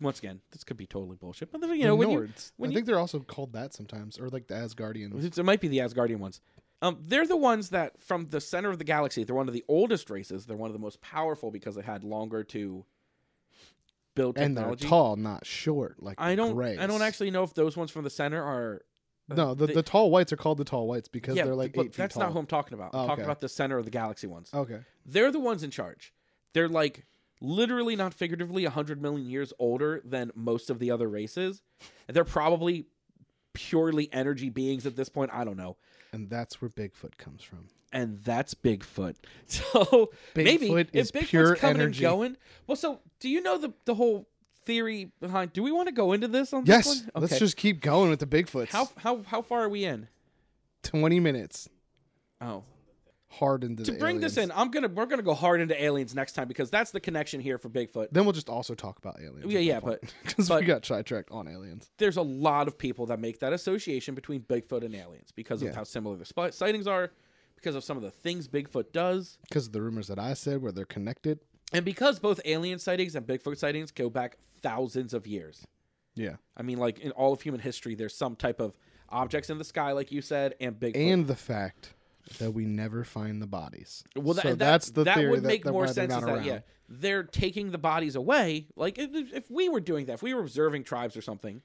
Speaker 1: Once again, this could be totally bullshit, but then, you know
Speaker 2: the
Speaker 1: when you,
Speaker 2: Nords.
Speaker 1: when
Speaker 2: I
Speaker 1: you
Speaker 2: think they're also called that sometimes, or like the Asgardians.
Speaker 1: It might be the Asgardian ones. Um, they're the ones that, from the center of the galaxy, they're one of the oldest races. They're one of the most powerful because they had longer to build
Speaker 2: And they're
Speaker 1: technology.
Speaker 2: tall, not short. Like
Speaker 1: I
Speaker 2: the
Speaker 1: don't.
Speaker 2: Greys.
Speaker 1: I don't actually know if those ones from the center are.
Speaker 2: No, the,
Speaker 1: they-
Speaker 2: the tall whites are called the tall whites because they're like
Speaker 1: but
Speaker 2: eight feet
Speaker 1: that's
Speaker 2: tall.
Speaker 1: not who I'm talking about. I'm
Speaker 2: Oh,
Speaker 1: talking
Speaker 2: okay. Oh.
Speaker 1: about the center of the galaxy ones.
Speaker 2: Okay.
Speaker 1: They're the ones in charge. They're like literally, not figuratively, hundred million years older than most of the other races. And they're probably purely energy beings at this point. I don't know.
Speaker 2: And that's where Bigfoot comes from.
Speaker 1: and that's Bigfoot. So maybe
Speaker 2: Bigfoot
Speaker 1: if
Speaker 2: is
Speaker 1: Bigfoot's
Speaker 2: pure
Speaker 1: coming
Speaker 2: energy.
Speaker 1: and going. Well, so do you know the the whole theory behind? Do we want to go into this on
Speaker 2: Yes.
Speaker 1: this one?
Speaker 2: Let's just keep going with the Bigfoots.
Speaker 1: how how how far are we in?
Speaker 2: 20 minutes
Speaker 1: Oh,
Speaker 2: hard into
Speaker 1: to
Speaker 2: the
Speaker 1: bring this in,
Speaker 2: aliens.
Speaker 1: I'm gonna we're gonna go hard into aliens next time because that's the connection here for Bigfoot.
Speaker 2: Then we'll just also talk about aliens.
Speaker 1: Yeah, yeah, but
Speaker 2: Because
Speaker 1: but-
Speaker 2: we got sidetracked on aliens.
Speaker 1: there's a lot of people that make that association between Bigfoot and aliens because of
Speaker 2: Yeah.
Speaker 1: how similar the spot sightings are, because of some of the things Bigfoot does.
Speaker 2: Because of the rumors that I said where they're connected.
Speaker 1: And because both alien sightings and Bigfoot sightings go back thousands of years.
Speaker 2: Yeah.
Speaker 1: I mean, like in all of human history, there's some type of objects in the sky, like you said, and Bigfoot.
Speaker 2: And the fact that we never find the bodies.
Speaker 1: well, that,
Speaker 2: so
Speaker 1: that-
Speaker 2: that's the
Speaker 1: that
Speaker 2: theory
Speaker 1: would make
Speaker 2: that, that
Speaker 1: more
Speaker 2: why they're
Speaker 1: sense.
Speaker 2: not
Speaker 1: Is that
Speaker 2: around.
Speaker 1: yeah, they're taking the bodies away. Like if, if- if we were doing that, if we were observing tribes or something,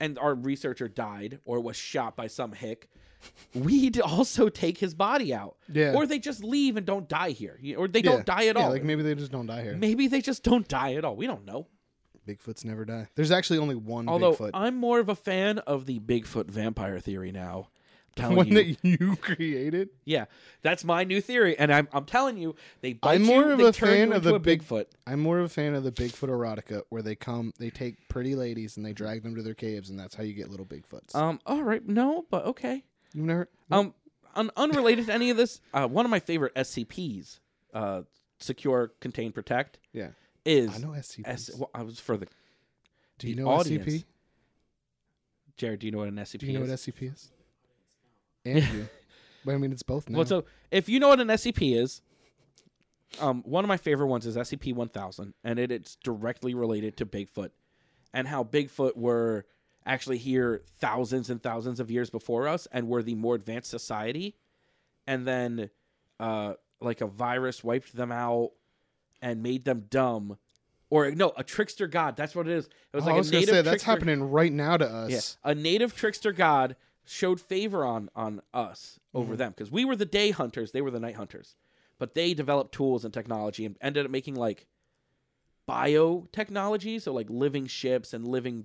Speaker 1: and our researcher died or was shot by some hick, we'd also take his body out.
Speaker 2: Yeah.
Speaker 1: Or they just leave and don't die here, You- or they
Speaker 2: Yeah.
Speaker 1: don't die at
Speaker 2: Yeah,
Speaker 1: all.
Speaker 2: Like maybe they just don't die here.
Speaker 1: maybe they just don't die at all. We don't know.
Speaker 2: Bigfoots never die. There's actually only one
Speaker 1: Although
Speaker 2: Bigfoot.
Speaker 1: I'm more of a fan of the Bigfoot vampire theory now. I'm telling
Speaker 2: one
Speaker 1: you,
Speaker 2: that you created.
Speaker 1: yeah, that's my new theory, and I'm I'm telling you, they bite
Speaker 2: I'm
Speaker 1: you,
Speaker 2: more of
Speaker 1: they
Speaker 2: a
Speaker 1: turn
Speaker 2: fan
Speaker 1: you
Speaker 2: of the
Speaker 1: into a
Speaker 2: big-
Speaker 1: Bigfoot.
Speaker 2: I'm more of a fan of the Bigfoot erotica, where they come, they take pretty ladies and they drag them to their caves, and that's how you get little Bigfoots.
Speaker 1: Um, all right, no, but okay.
Speaker 2: You've never,
Speaker 1: Um, un- unrelated to any of this, uh, one of my favorite SCPs, uh, secure, contain, protect,
Speaker 2: yeah.
Speaker 1: is
Speaker 2: I know SCPs.
Speaker 1: S- well, I was for the
Speaker 2: do you
Speaker 1: the
Speaker 2: know
Speaker 1: audience.
Speaker 2: SCP?
Speaker 1: Jared. Do you know what an SCP
Speaker 2: Do you know
Speaker 1: is?
Speaker 2: what SCP is? And you. But I mean, it's both now.
Speaker 1: Well, so if you know what an SCP is, um, one of my favorite ones is SCP 1000, and it, it's directly related to Bigfoot and how Bigfoot were actually here thousands and thousands of years before us and were the more advanced society. And then, uh, like, a virus wiped them out and made them dumb. Or, no, a trickster god. That's what it is. It was
Speaker 2: Oh,
Speaker 1: like
Speaker 2: I was
Speaker 1: a
Speaker 2: gonna
Speaker 1: native
Speaker 2: say that's
Speaker 1: trickster-
Speaker 2: happening right now to
Speaker 1: yeah,
Speaker 2: us.
Speaker 1: a native trickster god showed favor on on us over
Speaker 2: Mm-hmm.
Speaker 1: them because we were the day hunters, they were the night hunters. But they developed tools and technology and ended up making like biotechnology, so like living ships and living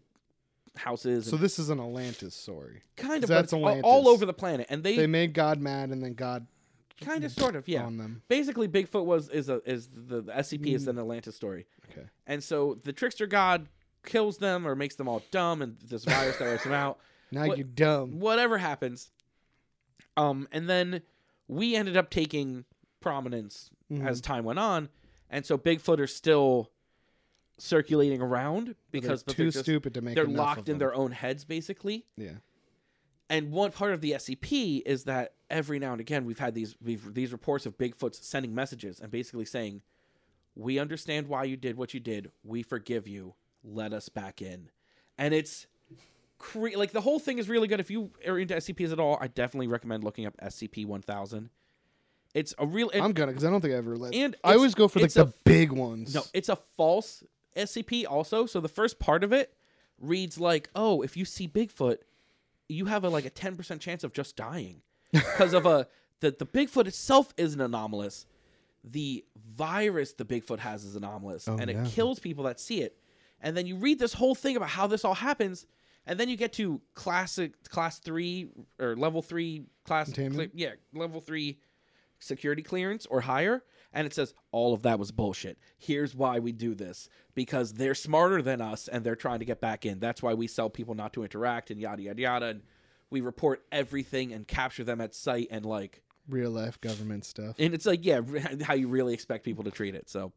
Speaker 1: houses.
Speaker 2: So
Speaker 1: and
Speaker 2: this is an Atlantis story.
Speaker 1: kind of but
Speaker 2: that's
Speaker 1: it's all- all
Speaker 2: Atlantis.
Speaker 1: over the planet, and they,
Speaker 2: They made God mad, and then God
Speaker 1: kind of sort of yeah.
Speaker 2: on them. Mm.
Speaker 1: Basically, Bigfoot was is a is the, the SCP is an Atlantis story.
Speaker 2: Okay.
Speaker 1: And so the trickster god kills them or makes them all dumb, and this virus that wipes them out.
Speaker 2: Now
Speaker 1: What-
Speaker 2: you're dumb.
Speaker 1: whatever happens. Um, and then we ended up
Speaker 2: Mm-hmm.
Speaker 1: taking prominence as time went on, and so Bigfoot are still circulating around because but
Speaker 2: too
Speaker 1: they're just-
Speaker 2: stupid to make
Speaker 1: They're
Speaker 2: enough
Speaker 1: locked
Speaker 2: of
Speaker 1: in
Speaker 2: them.
Speaker 1: their own heads, basically.
Speaker 2: Yeah.
Speaker 1: And one part of the SCP is that every now and again we've had these we've, these reports of Bigfoots sending messages and basically saying, "We understand why you did what you did. We forgive you. Let us back in." And it's cre- like the whole thing is really good. If you are into SCPs at all, I definitely recommend looking up SCP One Thousand. It's a real. it-
Speaker 2: I'm gonna because I don't think I ever let.
Speaker 1: And
Speaker 2: I always
Speaker 1: it's-
Speaker 2: go for like
Speaker 1: it's a-
Speaker 2: the big ones.
Speaker 1: No, it's a false SCP also. So the first part of it reads like, "Oh, if you see Bigfoot, you have a like a 10% chance of just dying because of a the the Bigfoot itself isn't anomalous. The virus the Bigfoot has is anomalous and
Speaker 2: Oh, yeah.
Speaker 1: it kills people that see it. And then you read this whole thing about how this all happens and then you get to classic class 3 or level 3 class
Speaker 2: Containment?
Speaker 1: cle- yeah, level 3 security clearance or higher and it says all of that was bullshit here's why we do this because they're smarter than us and they're trying to get back in that's why we sell people not to interact and yada yada yada and we report everything and capture them at sight and like
Speaker 2: real life government stuff.
Speaker 1: and it's like yeah how you really expect people to treat it so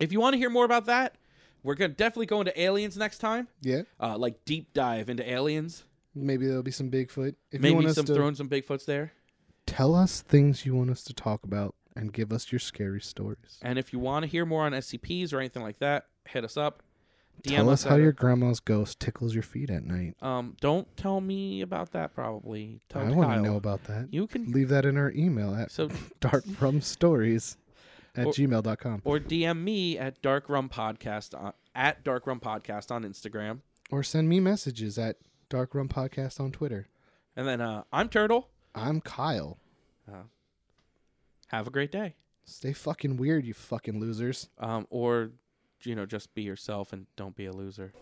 Speaker 1: if you want to hear more about that we're gonna definitely go into aliens next time
Speaker 2: yeah,
Speaker 1: uh, like deep dive into aliens
Speaker 2: maybe there'll be some Bigfoot. If you
Speaker 1: maybe
Speaker 2: want us
Speaker 1: some
Speaker 2: to
Speaker 1: throwing some bigfoots there
Speaker 2: tell us things you want us to talk about and give us your scary stories.
Speaker 1: and if you want to hear more on scps or anything like that hit us up DM
Speaker 2: tell us how
Speaker 1: at-
Speaker 2: your grandma's ghost tickles your feet at night.
Speaker 1: Um, don't tell me about that. Probably tell
Speaker 2: I
Speaker 1: Oh, Kyle.
Speaker 2: want to know about that.
Speaker 1: You can-
Speaker 2: leave that in our email at
Speaker 1: So-
Speaker 2: dartfromstories at
Speaker 1: Or-
Speaker 2: gmail.com. Or,
Speaker 1: or DM me at Dark Rum Podcast on, at Dark Rum Podcast on Instagram,
Speaker 2: or send me messages at darkrun podcast on Twitter.
Speaker 1: and then uh, I'm Turtle.
Speaker 2: I'm Kyle.
Speaker 1: Have a great day.
Speaker 2: Stay fucking weird, you fucking losers.
Speaker 1: Um, or you know, just be yourself and don't be a loser.